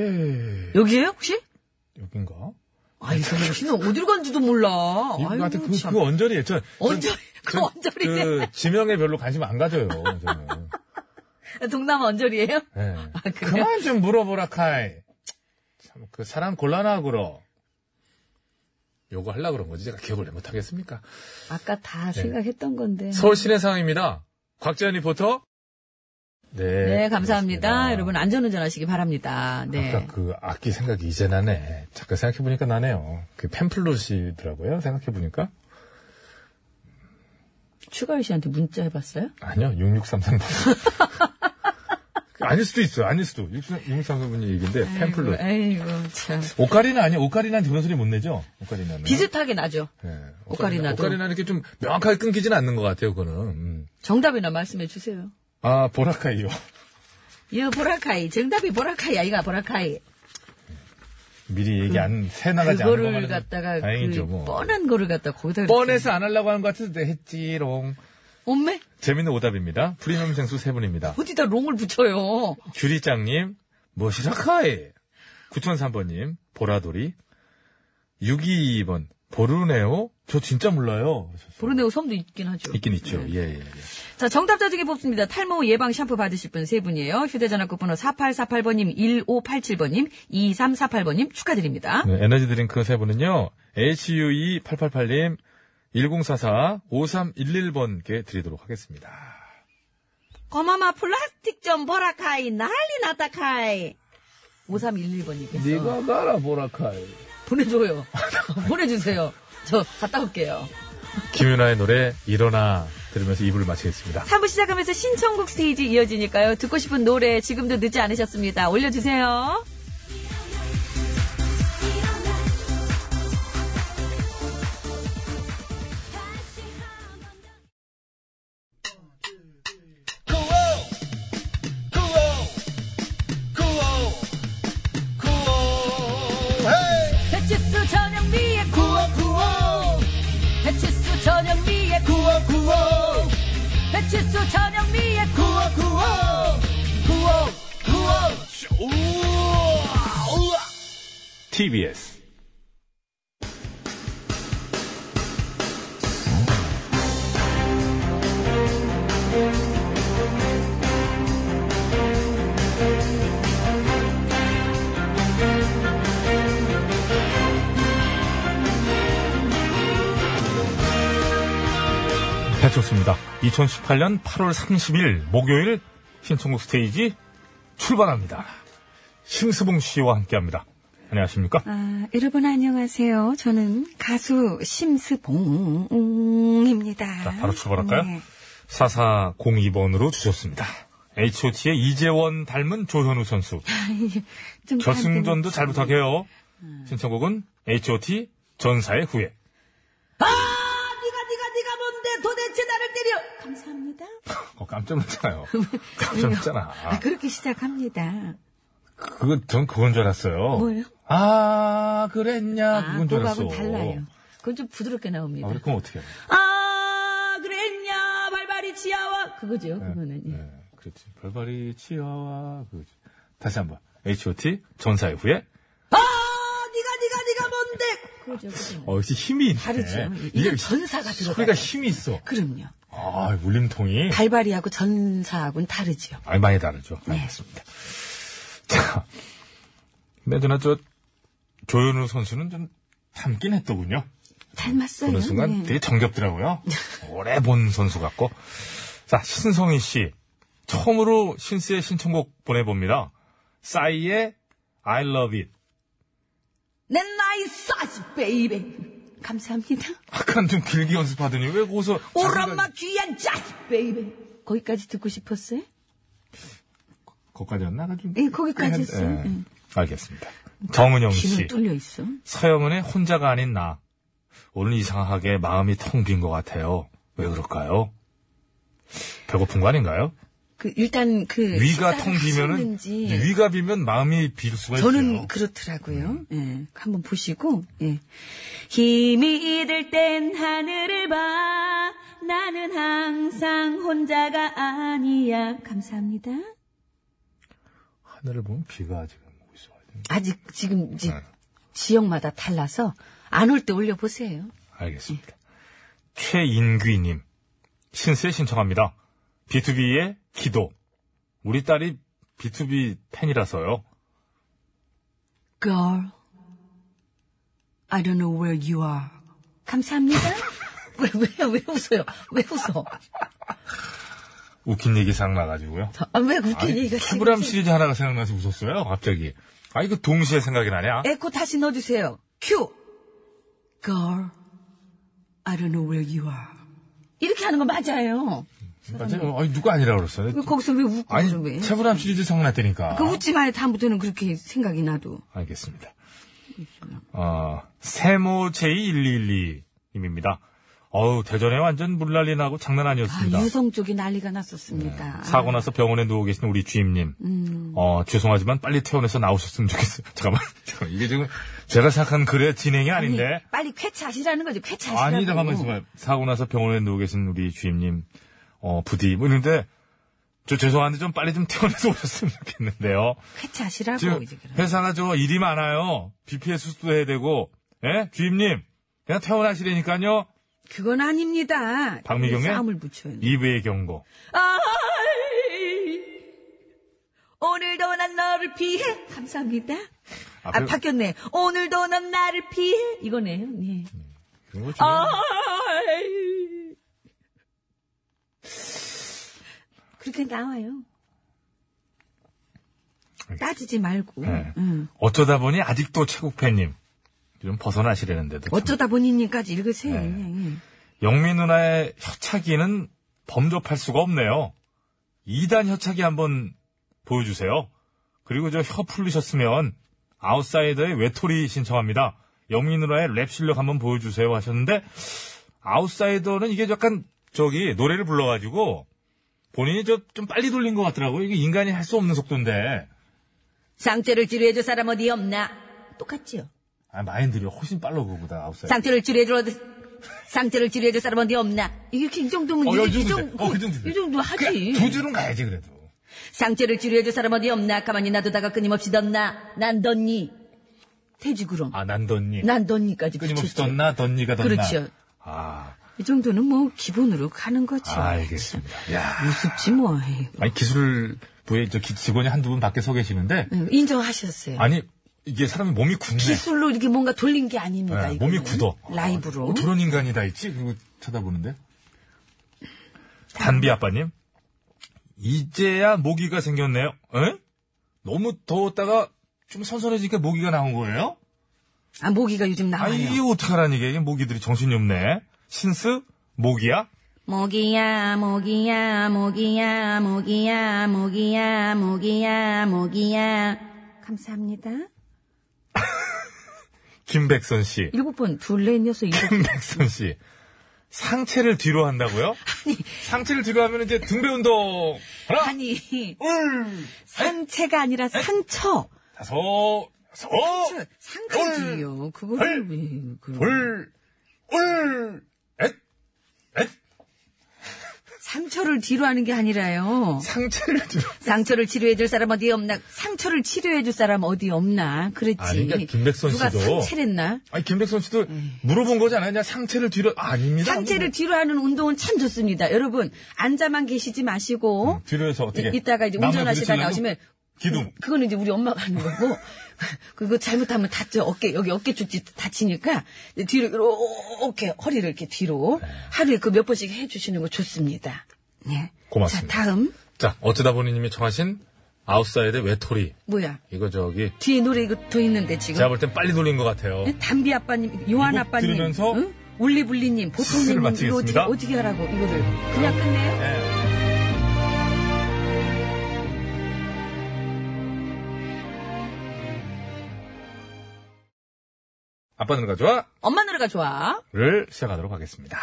B: 여기에요 혹시?
C: 여긴가?
B: 아이, 저는 신혼 어디로 간지도 몰라. 아유,
C: 이분한테 그,
B: 참.
C: 그 언저리에 저
B: 언저리, 그
C: 저-
B: 언저리에.
C: 그 지명에 별로 관심 안 가져요. 저는. 그
B: 동남아 언저리예요
C: 예.
B: 아, 그래요?
C: 그만 좀 물어보라 카이. 참 그 사람 곤란하구로. 요거 하려 그런 거지 제가 기억을 못 하겠습니까?
B: 음. 아까 다 생각했던 건데.
C: 네. 서울 시내 상황입니다. 곽재현 리포터. 네.
B: 네, 감사합니다.
C: 그렇습니다.
B: 여러분, 안전운전 하시기 바랍니다. 네.
C: 아까 그 악기 생각이 이제 나네. 잠깐 생각해보니까 나네요. 그 팸플롯이더라고요. 생각해보니까. 그
B: 추가열 씨한테 문자 해봤어요?
C: 아니요, 6633번. 아닐 수도 있어요. 아닐 수도. 6633번이 얘기인데, 팸플롯.
B: 아이고, 아이고, 참.
C: 오카리나 아니에요. 오카리나는 그런 소리 못 내죠? 오카리나는.
B: 비슷하게 나죠.
C: 예,
B: 오카리나도.
C: 오카리나 이렇게 좀 명확하게 끊기지는 않는 것 같아요, 그거는. 음.
B: 정답이나 말씀해 주세요.
C: 아, 보라카이요.
B: 여, 보라카이. 정답이 보라카이. 아이가 보라카이.
C: 미리 얘기 안, 새 나가지 않는 것만
B: 그 그거를
C: 해도
B: 갖다가
C: 다행이죠,
B: 그
C: 뭐.
B: 뻔한 거를 갖다가 거기다
C: 뻔해서 안 하려고 하는 것 같아서 내 했지롱.
B: 엄매
C: 재밌는 오답입니다. 프리미엄 생수 세 분입니다.
B: 어디다 롱을 붙여요
C: 규리짱님, 뭐시라카이. 9003번님, 보라돌이. 622번, 보르네오? 저 진짜 몰라요.
B: 보르네오 섬도 있긴 하죠
C: 있긴 있죠.
B: 네.
C: 예, 예, 예.
B: 자 정답자 중에 뽑습니다 탈모 예방 샴푸 받으실 분 세 분이에요 휴대전화 끝번호 4848번님 1587번님 2348번님 축하드립니다
C: 네, 에너지 드링크 세 분은요, HUE888님, 1044-5311번께 드리도록 하겠습니다.
B: 거마마 플라스틱 좀 보라카이 난리 났다카이 5311번님께서
C: 가라, 보라카이.
B: 보내줘요 보내주세요 저 갔다 올게요
C: 김윤아의 노래, 일어나, 들으면서 이부를 마치겠습니다.
B: 3부 시작하면서 신청곡 스테이지 이어지니까요. 듣고 싶은 노래 지금도 늦지 않으셨습니다. 올려주세요. 배치수 전영미의 구호 구호 배치수 전영미의 구호 배치수 전영미의 구호
C: TBS. 네, 배철수입니다. 2018년 8월 30일 목요일 신청곡 스테이지 출발합니다. 심수봉 씨와 함께합니다. 안녕하십니까?
B: 아, 여러분 안녕하세요. 저는 가수 심스봉입니다.
C: 자, 바로 출발할까요?
B: 네.
C: 4402번으로 주셨습니다. HOT의 이재원 닮은 조현우 선수.
B: 아, 좀
C: 결승전도
B: 네,
C: 잘 부탁해요.
B: 아.
C: 신청곡은 HOT 전사의 후예.
B: 아, 네가 네가 네가 뭔데 도대체 나를 때려? 감사합니다.
C: 어, 깜짝 놀랐잖아요. 깜짝 놀랐잖아.
B: 아, 그렇게 시작합니다.
C: 그건, 전 그건 줄 알았어요.
B: 뭐예요?
C: 아, 그랬냐.
B: 아,
C: 그건 줄 알았어.
B: 그거하고는 달라요. 그건 좀 부드럽게 나옵니다.
C: 아, 그래, 그럼 어떻게 해?
B: 아, 그랬냐, 발발이 치아와. 그거죠, 그거는. 예.
C: 네, 그렇지. 별발이 치아와, 그거지. 다시 한 번. HOT 전사의 후예.
B: 아, 니가, 니가, 니가 뭔데. 그거죠, 그거죠.
C: 어, 역시 힘이 있네.
B: 다르죠.
C: 이게
B: 이건 전사가 들어가요.
C: 소리가 힘이 있어.
B: 그럼요.
C: 아, 울림통이.
B: 발발이하고 전사하고는 다르죠.
C: 아, 많이 다르죠.
B: 네,
C: 알겠습니다. 자, 근데 저나 저 조현우 선수는 좀 닮긴 했더군요.
B: 닮았어요.
C: 보는 순간
B: 네.
C: 되게 정겹더라고요. 오래 본 선수 같고. 자, 신성희 씨. 처음으로 신스의 신청곡 보내봅니다.
H: 싸이의 I love it.
B: 내 나이 사지 베이베 감사합니다
C: 약간 좀 길게 연습하더니 왜 거기서
B: 우리
C: 자기가-
B: 엄마 귀한 자식 베이베 거기까지 듣고 싶었어요?
C: 거기까지였나? 좀
B: 예, 거기까지 했어요.
C: 예.
B: 예.
C: 알겠습니다. 정은영
B: 기분
C: 씨.
B: 뚫려 있어
C: 서영은의 혼자가 아닌 나. 오늘 이상하게 마음이 텅 빈 것 같아요. 왜 그럴까요? 배고픈 거 아닌가요?
B: 그 일단 그
C: 위가
B: 식사를
C: 텅 비면은
B: 하셨는지
C: 위가 비면 마음이 빌 수가
B: 저는
C: 있어요. 음.
B: 그렇더라고요. 예, 한번 보시고, 예. 힘이 들 땐 하늘을 봐. 나는 항상 혼자가 아니야. 감사합니다.
C: 하늘을 보면 비가 지금 오고 있어요.
B: 아직 지금 이제
C: 네.
B: 지역마다 달라서 안 올 때 올려보세요.
C: 알겠습니다. 최인귀님 신세 신청합니다. B2B의 기도. 우리 딸이 B2B 팬이라서요.
B: Girl, I don't know where you are. 감사합니다. 왜, 왜, 왜 웃어요? 왜 웃어?
C: 웃긴 얘기 생각나가지고요.
B: 아, 왜 웃긴
C: 아니,
B: 얘기가 지금
C: 큐브람 시리즈 하나가 생각나서 웃었어요, 갑자기. 아, 이거 동시에 생각이 아, 나냐?
B: 에코 다시 넣어주세요. 큐. Girl, I don't know where you are. 이렇게 하는 거 맞아요.
C: 맞아요. 아니, 누가 아니라 그랬어요.
B: 왜 거기서 왜 웃고 그래, 왜?
C: 아니, 최불암 시리즈 생각났다니까.
B: 그 웃지 마요. 다음부터는 그렇게 생각이 나도.
C: 알겠습니다. 어, 세모 제1112님입니다. 어우, 대전에 완전 물난리 나고 장난
B: 아,
C: 아니었습니다. 네.
B: 유성 쪽이 난리가 났었습니다.
C: 사고 나서 병원에 누워 계신 우리 주임님. 어, 죄송하지만 빨리 퇴원해서 나오셨으면 좋겠어요. 잠깐만. 잠깐만, 이게 지금 제가 생각한 글의 진행이 아닌데.
B: 아니, 빨리 쾌차시라는 거죠. 쾌차시라고.
C: 아니, 잠깐만 있어봐요. 사고 나서 병원에 누워 계신 우리 주임님, 어, 부디, 뭐 이런데, 저 죄송한데 좀 빨리 좀 퇴원해서 오셨으면 좋겠는데요.
B: 쾌차시라고.
C: 지금
B: 이제 그럼.
C: 회사가 저 일이 많아요. BPS 수도 해야 되고, 예? 주임님, 그냥 퇴원하시라니까요.
B: 그건 아닙니다.
C: 박미경의
B: 싸움을 붙여요.
C: 2부의 경고.
B: 아이, 오늘도 난 너를 피해. 감사합니다. 아,
C: 앞에-
B: 바뀌었네. 오늘도 난 나를 피해. 이거네요. 네.
C: 그런 거 중요해요.
B: 어. 아이. 그렇게 나와요. 따지지 말고.
C: 네.
B: 응.
C: 어쩌다 보니 아직도 최국팬님. 좀 벗어나시려는데도. 참.
B: 어쩌다 본인님까지 읽으세요.
C: 네.
B: 예.
C: 영미 누나의 협차기는 범접할 수가 없네요. 2단 협차기 한번 보여주세요. 그리고 저 혀 풀리셨으면 아웃사이더의 외톨이 신청합니다. 영미 누나의 랩 실력 한번 보여주세요 하셨는데 아웃사이더는 이게 약간 저기 노래를 불러가지고 본인이 저 좀 빨리 돌린 것 같더라고요. 이게 인간이 할 수 없는 속도인데
B: 상태를 치료해줄 사람 어디 없나? 똑같지요.
C: 아, 마인드가 훨씬 빨라 그거보다 아웃사이더.
B: 상태를 치료해줄 어디- 상태를 치료해줄 사람 어디 없나? 이렇게 이 정도면
C: 어, 야,
B: 이,
C: 이 정도
B: 정-
C: 돼. 어, 그 정도 돼.
B: 이 정도 하지.
C: 두 줄은 가야지 그래도.
B: 상체를 치료해줄 사람 어디 없나? 가만히 놔두다가 끊임없이 덧나. 난 덧니. 돼지 구름.
C: 아 난덧니.
B: 난 덧니까지
C: 끊임없이
B: 붙였죠.
C: 덧나 덧니가 덧나.
B: 그렇죠.
C: 아,
B: 이 정도는 뭐 기본으로 가는 거죠.
C: 알겠습니다. 야.
B: 우습지 뭐. 에이.
C: 아니 기술부에 저 기- 직원이 한두 분 밖에 서 계시는데
B: 응, 예, 인정하셨어요.
C: 아니 이게 사람이 몸이 굳네.
B: 네. 기술로 이렇게 뭔가 돌린 게 아닙니다.
C: 예,
B: 이거는.
C: 몸이 굳어.
B: 라이브로.
C: 어, 그런 인간이 다 있지? 그거 쳐다보는데. 단비 아빠님. 이제야 모기가 생겼네요. 에? 너무 더웠다가 좀 선선해지니까 모기가 나온 거예요?
B: 아, 모기가 요즘
C: 아,
B: 나와요.
C: 이게 어떡하라는 얘기야. 이게 모기들이 정신이 없네. 신스? 모기야?
B: 모기야, 모기야, 모기야, 모기야, 모기야, 모기야, 모기야. 감사합니다.
C: 김백선 씨.
B: 일곱 번, 둘, 넷, 여섯, 일곱 번.
C: 김백선 씨. 상체를 뒤로 한다고요? 상체를 뒤로 하면 이제 등배 운동. 하나,
B: 아니, 상체가 아니라 상처.
C: 다섯, 여섯,
B: 상처, 상처지요. 그거를 왜, 그
C: 둘, 울, 엣.
B: 상처를 뒤로 하는 게 아니라요.
C: 상체를 뒤로.
B: 상처를 치료해줄 사람 어디 없나? 상처를 치료해줄 사람 어디 없나? 그랬지.
C: 아니, 그러니까 김백선
B: 누가
C: 씨도
B: 상체랬나?
C: 아니, 김백선 씨도 물어본 거잖아요. 그냥 상체를 뒤로, 아, 닙니다
B: 음. 상체를 뒤로 하는 운동은 참 좋습니다. 여러분, 앉아만 계시지 마시고.
C: 음, 뒤로 해서 어떻게.
B: 이, 따가 이제
C: 남을
B: 운전하시다
C: 부딪히려고?
B: 나오시면
C: 기둥.
B: 그, 거는 이제 우리 엄마가 하는 거고 그거 잘못하면 다쳐 어깨 여기 어깨 쪽지 다치니까 이제 뒤로 이렇게 허리를 이렇게 뒤로 하루에 그 몇 번씩 해주시는 거 좋습니다. 네.
C: 고맙습니다.
B: 자 다음
C: 자, 어쩌다 보니 님이 청하신 아웃사이드 외톨이.
B: 뭐야?
C: 이거 저기
B: 뒤에 노래 이거 더 있는데 지금.
C: 제가 볼 땐 빨리 돌린 것 같아요.
B: 예? 담비 아빠님, 요한
C: 어. 이곡
B: 아빠님,
C: 들으면서
B: 응? 올리블리님,
C: 수술을
B: 보통님 이거 어떻게,
C: 마치겠습니다.
B: 어떻게 하라고 이거를 그냥
C: 예.
B: 끝내요?
C: 아빠 노래가 좋아.
B: 엄마 노래가 좋아.
C: 를 시작하도록 하겠습니다.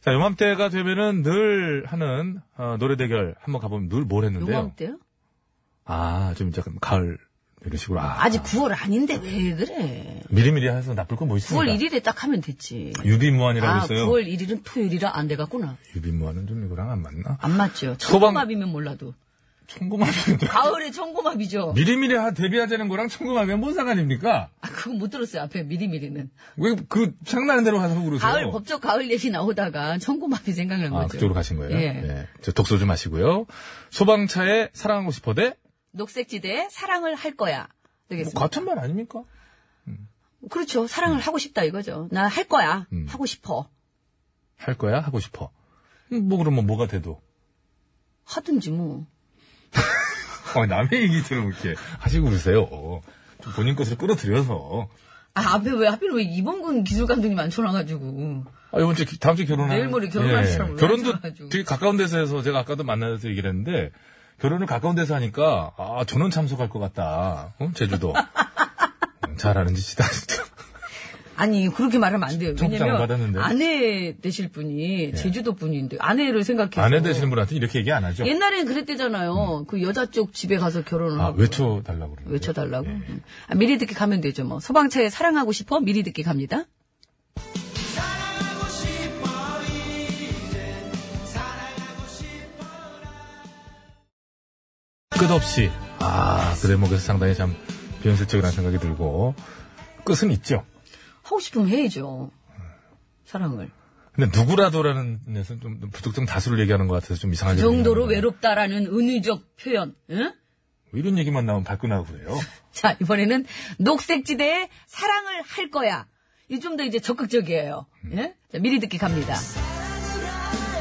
C: 자, 요맘때가 되면은 늘 하는 어, 노래 대결 한번 가보면 늘 뭘 했는데요.
B: 요맘 때요?
C: 아, 좀 이제 약간 가을 이런 식으로. 아,
B: 아직 9월 아닌데 왜 그래?
C: 미리미리 해서 나쁠 건 뭐 있습니까?
B: 9월 1일에 딱 하면 됐지.
C: 유비무환이라고
B: 아,
C: 있어요.
B: 9월 1일은 토요일이라 안 돼갔구나.
C: 유비무환은 좀 이거랑 안 맞나?
B: 안 맞죠.
C: 소방-
B: 청고마비면 몰라도.
C: 청구마비인데.
B: 가을에 청고마비죠.
C: 미리미리 하- 데뷔하자는 거랑 청구마비는 뭔 상관입니까?
B: 아, 그건 못 들었어요. 앞에 미리미리는.
C: 왜 그 장난하는 대로 가서 그러세요?
B: 가을, 법적 가을 얘기 나오다가 청고마비 생각난
C: 아,
B: 거죠.
C: 그쪽으로 가신 거예요?
B: 예.
C: 네. 저 독소 좀 마시고요. 소방차에 사랑하고 싶어 대?
B: 녹색지대에 사랑을 할 거야.
C: 뭐
B: 되겠습니다.
C: 같은 말 아닙니까?
B: 그렇죠. 사랑을 하고 싶다 이거죠. 나 할 거야.
C: 음.
B: 하고 싶어.
C: 할 거야? 하고 싶어. 음, 뭐 그러면 뭐가 돼도.
B: 하든지 뭐.
C: 어, 남의 얘기처럼 이렇게 하시고 그러세요. 좀 본인 것으로 끌어들여서.
B: 아, 앞에 왜 하필 왜 이범근 기술 감독님 안 쳐놔가지고.
C: 아, 이번 주, 기- 다음 주에 결혼하
B: 내일 모레 결혼할 사람을 왜
C: 결혼도
B: 앉혀가지고.
C: 되게 가까운 데서 해서 제가 아까도 만나서 얘기를 했는데, 결혼을 가까운 데서 하니까, 아, 저는 참석할 것 같다. 응? 제주도. 음, 잘하는 짓이다, 진짜.
B: 아니, 그렇게 말하면 안 돼요.
C: 청구장
B: 왜냐면,
C: 받았는데. 예.
B: 아내 되실 분이 제주도 분인데, 아내를 생각해서.
C: 아내 되시는 분한테 이렇게 얘기 안 하죠?
B: 옛날엔 그랬대잖아요. 그 여자 쪽 집에 가서 결혼을
C: 아,
B: 하고.
C: 외쳐달라고 그러는데.
B: 음. 외쳐달라고?
C: 예.
B: 음. 아, 미리 듣기 가면 되죠, 뭐. 소방차에 사랑하고 싶어? 미리 듣기 갑니다.
C: 끝없이. 아, 그 대목에서 상당히 참 비현실적이라는 생각이 들고, 끝은 있죠.
B: 하고 싶으면 해야죠. 사랑을.
C: 근데 누구라도라는 데서는 좀 부득정 다수를 얘기하는 것 같아서 좀
B: 그
C: 이상하게.
B: 정도로
C: 들리는데.
B: 외롭다라는 은유적 표현. 응?
C: 왜뭐 이런 얘기만 나오면 발끈하고 그래요.
B: 자, 이번에는 녹색지대에 사랑을 할 거야. 이 좀 더 이제 적극적이에요.
C: 음.
B: 예? 자, 미리 듣기 갑니다.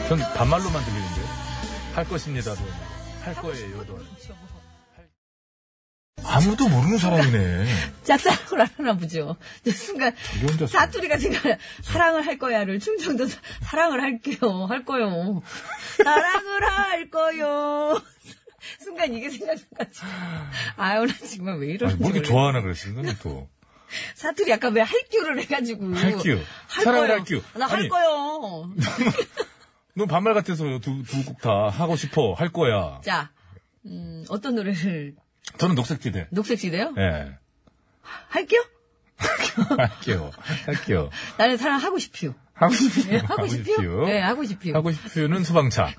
C: 전 반말로만 들리는데요. 할 것입니다도. 할 거예요도. 아무도 모르는 사람이네.
B: 짝사랑을 안 하나 보죠. 근데 순간
C: 저기 혼자서.
B: 사투리가 생각나. 사랑을 할 거야를 충청도 사- 사랑을 할게요. 할 거요. 사랑을 할 거요. 순간 이게 생각나가지고. 아유, 나 정말 왜
C: 아니,
B: 이러는지.
C: 뭐 이렇게
B: 몰라.
C: 좋아하나 그랬으면 또.
B: 사투리 약간 왜 할규를 해가지고.
C: 할규.
B: 할
C: 사랑을
B: 거요.
C: 할규.
B: 나 할
C: 아니.
B: 거요.
C: 너 반말 같아서요. 두, 두 곡 다 하고 싶어. 할 거야.
B: 자, 음, 어떤 노래를.
C: 저는 녹색지대.
B: 녹색시대요?
C: 예.
B: 할게요?
C: 할게요. 할게요.
B: 나는 사랑하고 싶어요.
C: 하고 싶어요.
B: 예, 하고 싶어요? 네, 하고 싶어요.
C: 하고 싶어요는 소방차.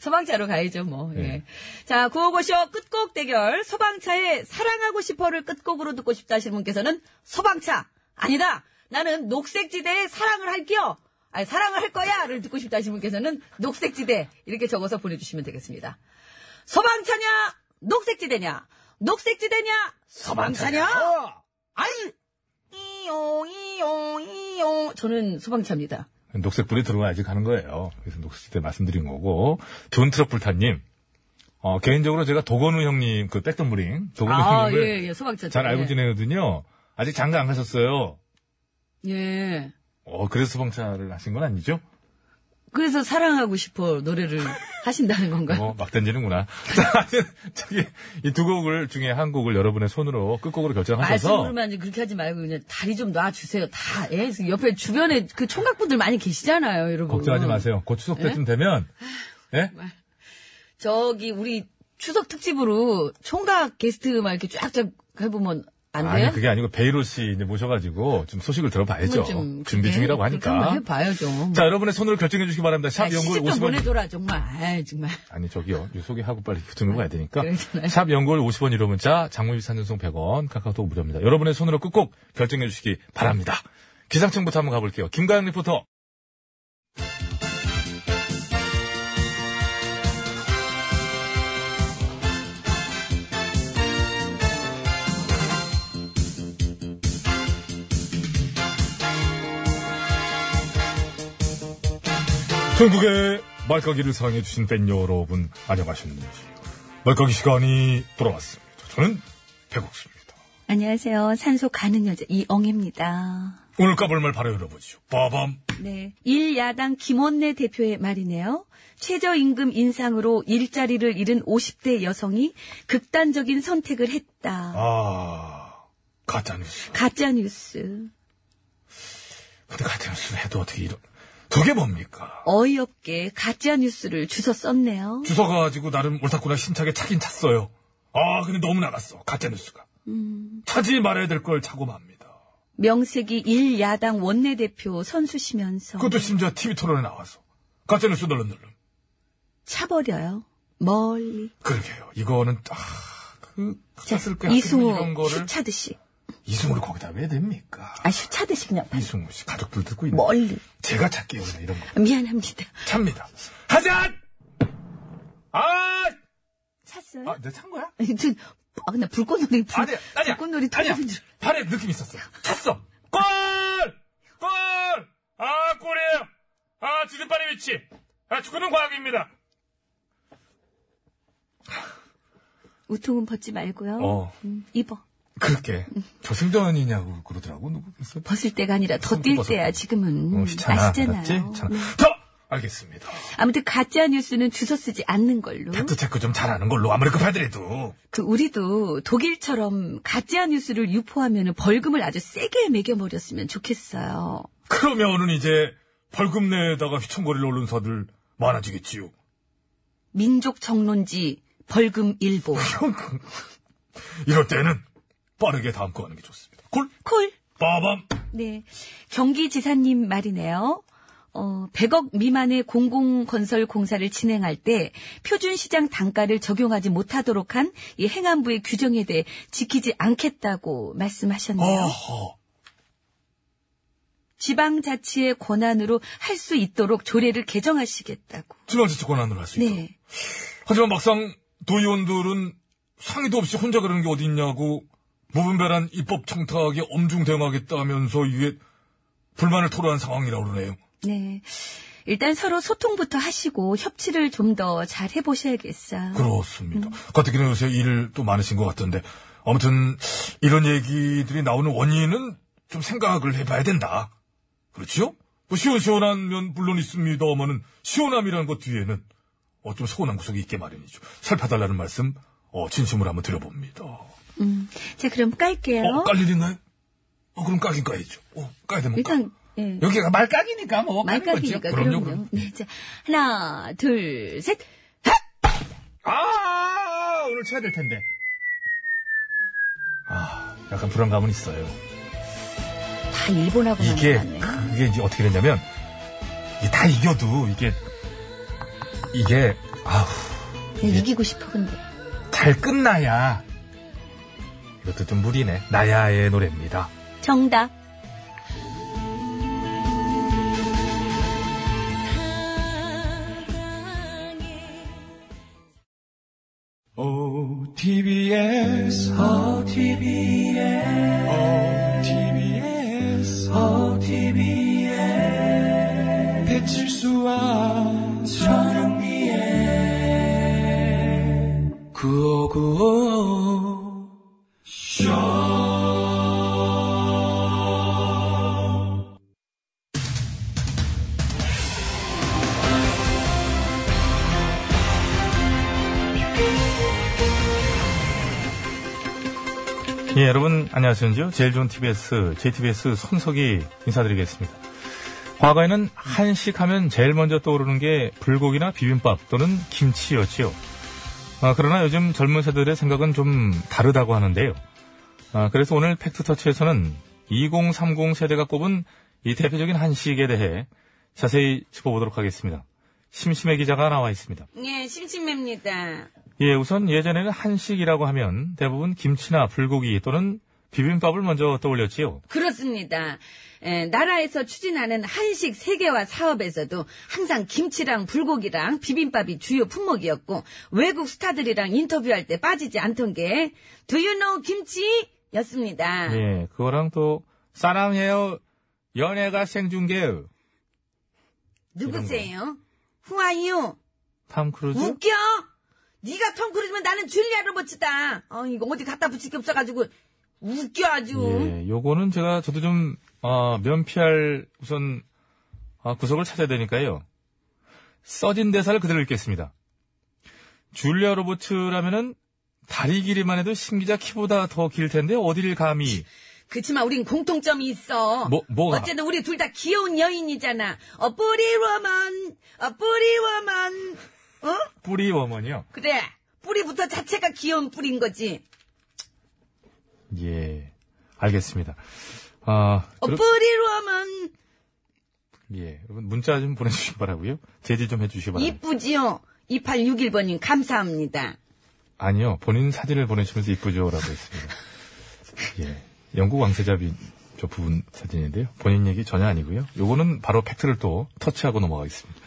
B: 소방차로 가야죠, 뭐. 예. 자, 구호고쇼 끝곡 대결. 소방차의 사랑하고 싶어를 끝곡으로 듣고 싶다 하시는 분께서는 소방차! 아니다! 나는 녹색지대에 사랑을 할게요! 아니, 사랑을 할 거야! 를 듣고 싶다 하시는 분께서는 녹색지대! 이렇게 적어서 보내주시면 되겠습니다. 소방차냐? 녹색지대냐? 녹색지대냐? 소방차냐? 아이! 이용, 이용, 이용. 어, 저는 소방차입니다.
C: 녹색불이 들어와야지 가는 거예요. 그래서 녹색지대 말씀드린 거고. 존 트러플타님. 어, 개인적으로 제가 도건우 형님, 그 백덤브링. 도건우
B: 아,
C: 형님을
B: 예, 예, 소방차.
C: 잘 알고
B: 예.
C: 지내거든요. 아직 장가 안 가셨어요.
B: 예.
C: 어, 그래서 소방차를 하신 건 아니죠?
B: 그래서 사랑하고 싶어 노래를 하신다는 건가요?
C: 뭐, 막 던지는구나. 자, 하여튼, 저기, 이 두 곡을 중에 한 곡을 여러분의 손으로 끝곡으로 뭐 결정하셔서.
B: 말씀으로만 이제 그렇게 하지 말고 그냥 다리 좀 놔주세요. 다 예, 옆에 주변에 그 총각분들 많이 계시잖아요, 여러분.
C: 걱정하지 마세요. 곧 추석 때쯤
B: 네?
C: 되면.
B: 아,
C: 예?
B: 저기 우리 추석 특집으로 총각 게스트 막 이렇게 쫙쫙 해보면 안 돼요?
C: 아니, 그게 아니고 베이로 씨 이제 모셔가지고 좀 소식을 들어봐야죠.
B: 한번 좀
C: 준비
B: 그렇게
C: 중이라고
B: 그렇게 한번
C: 하니까.
B: 해봐요 좀.
C: 자, 여러분의 손으로 결정해 주시기 바랍니다.
B: 아,
C: 샵 연골
B: 시집도
C: 50원.
B: 보내줘라 정말. 아 정말.
C: 아니, 저기요. 이거 소개하고 빨리 교통을 가야 되니까.
B: 네. 그러잖아요.
C: 샵 연골 50원 유료 문자, 장문비 산전송 100원, 카카오톡 무료입니다. 여러분의 손으로 끝곡 결정해 주시기 바랍니다. 기상청부터 한번 가볼게요. 김가영 리포터. 전국의 말까기를 사랑해주신 팬 여러분, 안녕하셨는지. 말까기 시간이 돌아왔습니다. 저는 백옥수입니다.
B: 안녕하세요. 산소 가는 여자 이엉입니다.
C: 오늘 까볼 말 바로 열어보죠. 빠밤.
B: 네. 일야당 김원내 대표의 말이네요. 최저임금 인상으로 일자리를 잃은 50대 여성이 극단적인 선택을 했다.
C: 아, 가짜뉴스.
B: 가짜뉴스.
C: 근데 가짜뉴스 해도 어떻게 이런. 저게 뭡니까?
B: 어이없게 가짜뉴스를 주워 썼네요.
C: 주워가지고 나름 옳다구나 신차게 차긴 찼어요. 아, 근데 너무 나갔어. 가짜뉴스가. 차지 말아야 될 걸 차고 맙니다.
B: 명색이 일야당 원내대표 선수시면서
C: 그것도 심지어 TV 토론에 나와서. 가짜뉴스 널름널름.
B: 차버려요. 멀리.
C: 그러게요. 이거는, 아, 그,
B: 자,
C: 갔을 때 이런
B: 이승우
C: 거를.
B: 슈차듯이.
C: 이승우를 거기다 왜 됩니까?
B: 아, 슈차듯이 그냥
C: 이승우 씨 가족들 듣고 있는.
B: 멀리.
C: 제가 찾기 원해 이런 거.
B: 미안합니다.
C: 찹니다. 하자! 아!
B: 찼어요?
C: 아, 내가 찬 거야?
B: 아무튼, 아, 근데 불꽃놀이, 불,
C: 아니야, 아니야.
B: 불꽃놀이
C: 아니야.
B: 터진 줄.
C: 발에 느낌 있었어. 찼어. 골! 골! 아, 골이에요. 아, 지든발의 위치. 아, 축구는 과학입니다.
B: 우통은 벗지 말고요.
C: 어.
B: 음, 입어.
C: 그렇게. 저승전이냐고 그러더라고, 누구. 그래서.
B: 벗을 때가 아니라 더 뛸
C: 벗어.
B: 때야, 지금은.
C: 어, 시차나.
B: 음, 아시잖아요.
C: 알았지? 자,
B: 음.
C: 자, 알겠습니다.
B: 아무튼 가짜 뉴스는 주워 쓰지 않는 걸로.
C: 팩트체크 좀 잘하는 걸로 아무리 급하더라도.
B: 그 우리도 독일처럼 가짜 뉴스를 유포하면 벌금을 아주 세게 매겨버렸으면 좋겠어요.
C: 그러면은 이제 벌금 내에다가 휘청거리를 오른 사들 많아지겠지요.
B: 민족 정론지 벌금 일보.
C: 이럴 때는 빠르게 다음 거 하는 게 좋습니다. 콜!
B: 콜.
C: 빠밤!
B: 네. 경기지사님 말이네요. 어, 100억 미만의 공공건설 공사를 진행할 때 표준시장 단가를 적용하지 못하도록 한 이 행안부의 규정에 대해 지키지 않겠다고 말씀하셨네요.
C: 어허.
B: 지방자치의 권한으로 할 수 있도록 조례를 개정하시겠다고.
C: 지방자치 권한으로 할 수 있다.
B: 네.
C: 하지만 막상 도의원들은 상의도 없이 혼자 그러는 게 어딨냐고 무분별한 입법 청탁에 엄중 대응하겠다면서 이게 불만을 토로한 상황이라고 그러네요.
B: 네. 일단 서로 소통부터 하시고 협치를 좀 더 잘 해보셔야겠어요.
C: 그렇습니다. 가뜩이나 요새 일 또 많으신 것 같던데 아무튼 이런 얘기들이 나오는 원인은 좀 생각을 해봐야 된다. 그렇지요? 뭐 시원시원한 면 물론 있습니다만은 시원함이라는 것 뒤에는 어, 좀 서운한 구석이 있게 마련이죠. 살펴달라는 말씀 어, 진심으로 한번 드려봅니다.
B: 음. 자, 그럼 깔게요.
C: 어, 깔 일인가요? 어, 그럼 까긴 까야죠. 어, 까야 되면 까.
B: 일단, 예.
C: 여기가 말깍이니까 뭐 까는 거죠.
B: 말깍이니까 어, 그럼요. 네, 자, 하나, 둘, 셋.
C: 아, 오늘 쳐야 될 텐데. 아, 약간 불안감은 있어요.
B: 다 일본하고
C: 이게
B: 만났네.
C: 그게 이제 어떻게 됐냐면 이게 다 이겨도 이게 이게 아우
B: 그냥 이기고 싶어 근데.
C: 잘 끝나야 이것도 좀 무리네. 나야의 노래입니다.
B: 정답.
E: OTBS, OTBS, OTBS, OTBS. 배칠 수와 저녁미에 구호구호 쇼.
I: 예, 여러분 안녕하세요. 제일 좋은 TBS, JTBS 손석희 인사드리겠습니다. 과거에는 한식 하면 제일 먼저 떠오르는 게 불고기나 비빔밥 또는 김치였지요. 아, 그러나 요즘 젊은 세대들의 생각은 좀 다르다고 하는데요. 아, 그래서 오늘 팩트터치에서는 2030 세대가 꼽은 이 대표적인 한식에 대해 자세히 짚어보도록 하겠습니다. 심심해 기자가 나와 있습니다.
J: 예, 심심합니다.
I: 예, 우선 예전에는 한식이라고 하면 대부분 김치나 불고기 또는 비빔밥을 먼저 떠올렸지요.
J: 그렇습니다. 에, 나라에서 추진하는 한식 세계화 사업에서도 항상 김치랑 불고기랑 비빔밥이 주요 품목이었고 외국 스타들이랑 인터뷰할 때 빠지지 않던 게 Do you know 김치?
B: 네.
J: 였습니다.
I: 예, 그거랑 또 사랑해요. 연애가 생중계요.
J: 누구세요? 후아유
B: 어,
I: 탐 크루즈?
J: 웃겨?
B: 네가 톰 크루즈면 나는 줄리아 로버츠다. 어, 이거 어디 갖다 붙일 게 없어가지고 웃겨 아주.
C: 예, 요거는 제가 저도 좀 어, 면피할 우선 아, 구석을 찾아야 되니까요. 써진 대사를 그대로 읽겠습니다. 줄리아 로버츠라면은 다리 길이만 해도 신기자 키보다 더 길 텐데 어디를 감히
B: 그치만 우린 공통점이 있어.
C: 뭐- 뭐가?
B: 어쨌든 우리 둘 다 귀여운 여인이잖아. 어 뿌리 워먼, 어 뿌리 워먼. 어?
C: 뿌리 워먼이요.
B: 그래. 뿌리부터 자체가 귀여운 뿌린 거지.
C: 예, 알겠습니다. 아,
B: 어
C: 그러-
B: 뿌리 워먼.
C: 예, 여러분 문자 좀 보내주시기 바라고요. 제지 좀 해주시기 바랍니다.
B: 이쁘지요? 2861번님 감사합니다.
C: 아니요, 본인 사진을 보내주면서 이쁘죠라고 했습니다. 예, 영국 왕세자비 저 부분 사진인데요. 본인 얘기 전혀 아니고요. 요거는 바로 팩트를 또 터치하고 넘어가겠습니다.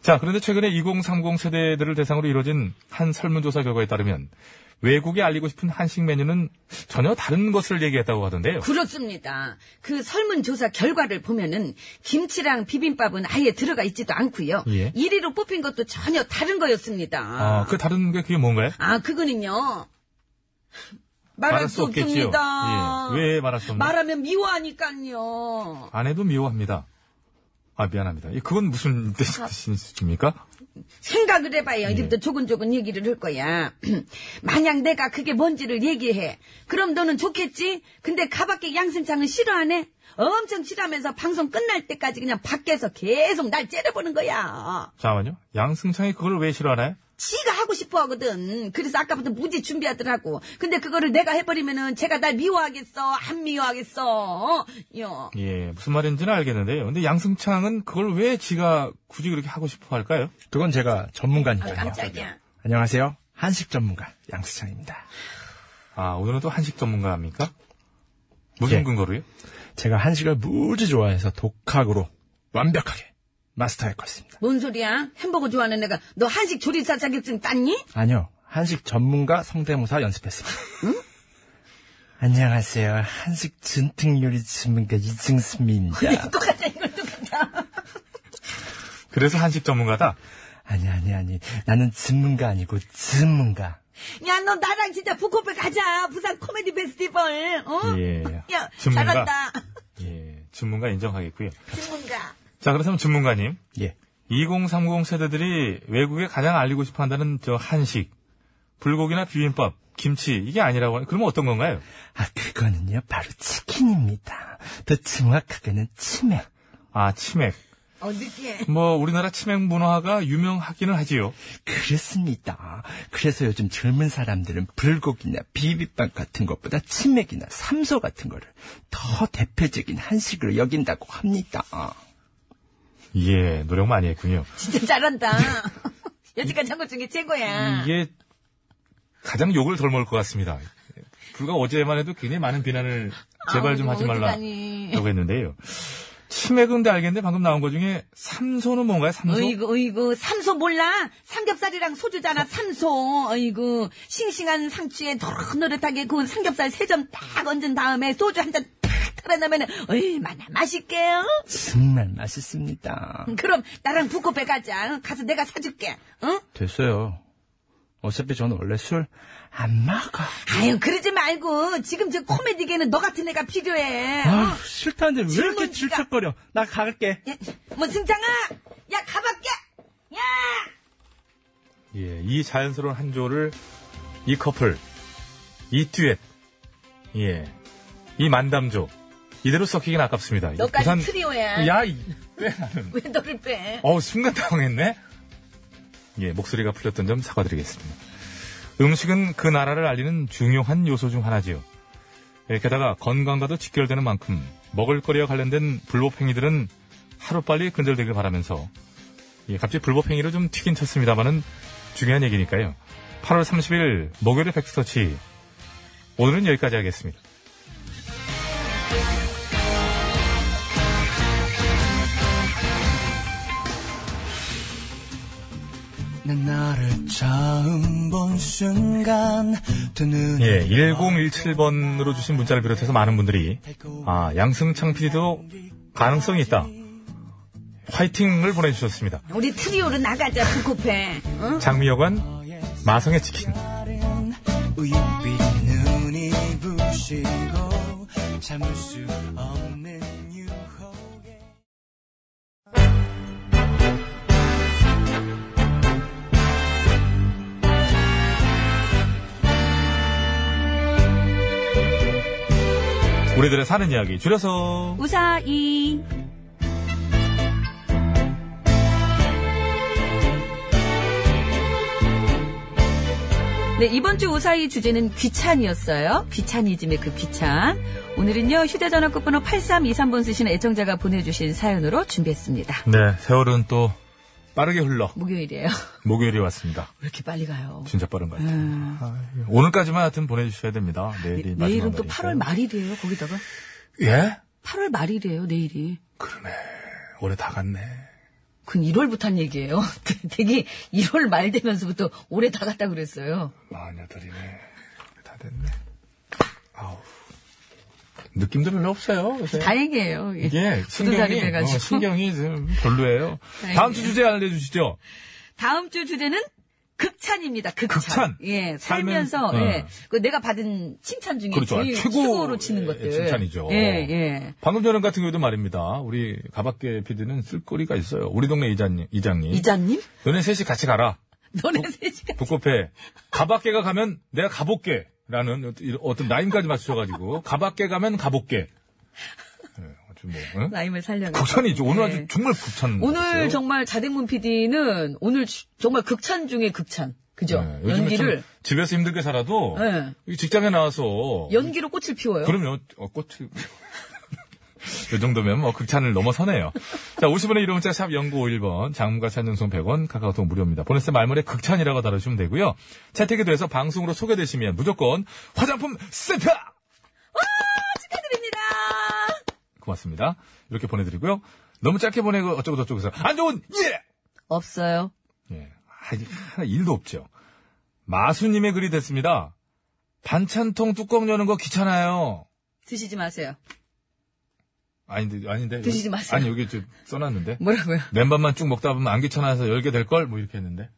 C: 자, 그런데 최근에 2030 세대들을 대상으로 이뤄진 한 설문조사 결과에 따르면 외국에 알리고 싶은 한식 메뉴는 전혀 다른 것을 얘기했다고 하던데요.
B: 그렇습니다. 그 설문조사 결과를 보면은 김치랑 비빔밥은 아예 들어가 있지도 않고요.
C: 예.
B: 1위로 뽑힌 것도 전혀 다른 거였습니다.
C: 아, 그 다른 게 그게 뭔가요?
B: 아, 그거는요. 말할, 수
C: 없겠지요.
B: 없습니다.
C: 예, 왜 말할 수 없나요?
B: 말하면 미워하니까요.
C: 아내도 미워합니다. 아, 미안합니다. 이- 그건 무슨 뜻- 뜻이십니까?
B: 생각을 해봐요. 이제부터 조근조근 얘기를 할 거야. 만약 내가 그게 뭔지를 얘기해. 그럼 너는 좋겠지? 근데 가밖에 양승창은 싫어하네? 엄청 싫어하면서 방송 끝날 때까지 그냥 밖에서 계속 날 째려보는 거야.
C: 잠깐만요. 양승창이 그걸 왜 싫어하나요?
B: 지가 하고 싶어 하거든. 그래서 아까부터 무지 준비하더라고. 근데 그거를 내가 해버리면은 제가 날 미워하겠어? 안 미워하겠어? 요.
C: 예, 무슨 말인지는 알겠는데요. 근데 양승창은 그걸 왜 지가 굳이 그렇게 하고 싶어 할까요?
E: 그건 제가
C: 어,
E: 전문가니까요.
B: 아, 깜짝이야.
E: 안녕하세요. 한식 전문가 양수창입니다.
C: 아, 오늘은 또 한식 전문가입니까? 무슨
E: 예.
C: 근거로요?
E: 제가 한식을 무지 좋아해서 독학으로 완벽하게 마스터했거든요.
B: 뭔 소리야? 햄버거 좋아하는 애가 너 한식 조리사 자격증 땄니?
E: 아니요. 한식 전문가 성대모사 연습했습니다. 안녕하세요. 한식 전통 요리 전문가
C: 네.
E: 이승수입니다.
B: 똑같아, 이걸 똑같아.
C: 그래서 한식 전문가다?
E: 아니 아니 아니. 나는 전문가 아니고 전문가.
B: 야, 너 나랑 진짜 북코페 가자. 부산 코미디 페스티벌. 어?
C: 예.
B: 야,
C: 전문가.
B: 잘한다.
C: 예, 전문가 인정하겠고요.
B: 전문가.
C: 자, 그렇다면 전문가님.
E: 예.
C: 2030 세대들이 외국에 가장 알리고 싶어 한다는 저 한식, 불고기나 비빔밥, 김치, 이게 아니라고, 하는- 그러면 어떤 건가요?
E: 아 그거는요. 바로 치킨입니다. 더 정확하게는 치맥.
C: 아, 치맥.
B: 어, 느끼해.
C: 뭐, 우리나라 치맥 문화가 유명하기는 하지요.
E: 그렇습니다. 그래서 요즘 젊은 사람들은 불고기나 비빔밥 같은 것보다 치맥이나 삼소 같은 거를 더 대표적인 한식으로 여긴다고 합니다.
C: 예, 노력 많이 했군요.
B: 진짜 잘한다. 여태까지 한 것 중에 최고야.
C: 이게 가장 욕을 덜 먹을 것 같습니다. 불과 어제만 해도 굉장히 많은 비난을 제발 좀
B: 아우,
C: 하지 말라고
B: 어떡하니.
C: 했는데요. 치맥은 데 알겠는데 방금 나온 것 중에 삼소는 뭔가요? 삼소?
B: 어이구, 어이구, 삼소 몰라? 삼겹살이랑 소주잖아, 삼소. 어이구, 싱싱한 상추에 노릇노릇하게 구운 삼겹살 세 점 딱 얹은 다음에 소주 한 잔 탁 털어넣으면, 어이, 마나 맛있게요?
E: 정말 맛있습니다.
B: 그럼 나랑 북코페 가자. 가서 내가 사줄게. 응?
E: 됐어요. 어차피 저는 원래 술 안 먹어.
B: 아유, 그러지 말고. 지금 저 코미디계는 너 같은 애가 필요해.
E: 아, 싫다는데 왜 이렇게
B: 질문지가-
E: 질척거려? 나 갈게.
B: 야, 뭐, 승장아! 야, 가밖에! 야!
C: 예, 이 자연스러운 한 조를 이 커플, 이 듀엣, 예, 이 만담조 이대로 썩히긴 아깝습니다. 이게
B: 너까지
C: 부산-
B: 트리오야.
C: 야, 이- 왜 나는?
B: 왜 너를 빼?
C: 어 순간 당황했네. 예, 목소리가 풀렸던 점 사과드리겠습니다. 음식은 그 나라를 알리는 중요한 요소 중 하나지요. 예, 게다가 건강과도 직결되는 만큼 먹을거리와 관련된 불법 행위들은 하루빨리 근절되길 바라면서 예, 갑자기 불법 행위로 좀 튀긴 쳤습니다마는 중요한 얘기니까요. 8월 30일 목요일의 백스터치 오늘은 여기까지 하겠습니다.
D: 난 나를 처음 본 순간 두 눈이
C: 예, 1017번으로 주신 문자를 비롯해서 많은 분들이 아 양승창 PD도 가능성이 있다. 화이팅을 보내주셨습니다.
B: 우리 트리오로 나가자, 북코페. 응?
C: 장미여관 마성의 치킨.
E: 날은 우윳빛 눈이 부시고 참을 수 없는 유혹에
C: 우리들의 사는 이야기 줄여서
K: 우사이. 네, 이번 주 우사이 주제는 귀찬이었어요. 귀차니즘의 그 귀찬. 오늘은요, 휴대전화 끝번호 8323번 쓰신 애청자가 보내주신 사연으로 준비했습니다.
C: 네 세월은 또 빠르게 흘러
K: 목요일이에요.
C: 목요일이 왔습니다.
K: 왜 이렇게 빨리 가요?
C: 진짜 빠른 것 같아요. 아유, 오늘까지만 하여튼 보내주셔야 됩니다. 내일이 마지막
B: 음. 네, 내일은 또
C: 날이니까요.
B: 8월 말일이에요, 거기다가.
C: 예?
B: 8월 말일이에요, 내일이.
C: 그러네. 올해 다 갔네.
B: 그건 1월부터 한 얘기예요. 되게 1월 말 되면서부터 올해 다 갔다 그랬어요.
C: 마흔여덟이네. 다 됐네. 아우. 느낌도 별로 없어요. 요새.
B: 다행이에요. 예.
C: 이게
B: 굳은살이
C: 신경이,
B: 돼가지고.
C: 어, 신경이 좀 별로예요. 다음 주 주제 알려주시죠.
B: 다음 주 주제는 극찬입니다. 극찬.
C: 극찬.
B: 예, 살면서
C: 삶은-
B: 예,
C: 어.
B: 그 내가 받은 칭찬 중에
C: 그렇죠.
B: 제일
C: 최고-
B: 최고로 네, 치는 것들.
C: 칭찬이죠.
B: 예, 예.
C: 방금 전에 같은 경우도 말입니다. 우리 가밖에 PD는 쓸거리가 있어요. 우리 동네 이장님, 이장님.
B: 이자님,
C: 너네 셋이 같이 가라.
B: 너네 셋이
C: 북코페. 가밖에가 가면 내가 가볼게. 라는 어떤- 이런 어떤 라임까지 맞추셔가지고. 가밖에 가면 가볼게. 예, 아주 뭐, 응?
B: 라임을 살려고.
C: 극찬이죠. 오늘
B: 예.
C: 아주 정말 극찬.
B: 오늘
C: 같았어요.
B: 정말 자댕문 PD는 오늘 주- 정말 극찬 중에 극찬. 그죠?
C: 네, 요즘에
B: 연기를
C: 참 집에서 힘들게 살아도
B: 네.
C: 이 직장에 나와서
B: 연기로 꽃을 피워요.
C: 그럼요 어, 꽃을 이 정도면 뭐 극찬을 넘어서네요. 자, 50원의 이름 문자 샵 0951번, 장문과 산전송 100원, 카카오톡 무료입니다. 보냈을 때 말머리에 극찬이라고 달아주시면 되고요. 채택이 돼서 방송으로 소개되시면 무조건 화장품 세트!
B: 축하드립니다.
C: 고맙습니다. 이렇게 보내드리고요. 너무 짧게 보내고 어쩌고저쩌고 해서 안 좋은 예!
B: 없어요.
C: 예. 아, 이게 하나 일도 없죠. 마수님의 글이 됐습니다. 반찬통 뚜껑 여는 거 귀찮아요.
B: 드시지 마세요.
C: 아닌데, 아닌데.
B: 드시지 마세요.
C: 아니, 여기 좀 써놨는데.
B: 뭐라고요?
C: 맨밥만 쭉 먹다 보면 안 귀찮아서 열게 될 걸? 뭐 이렇게 했는데.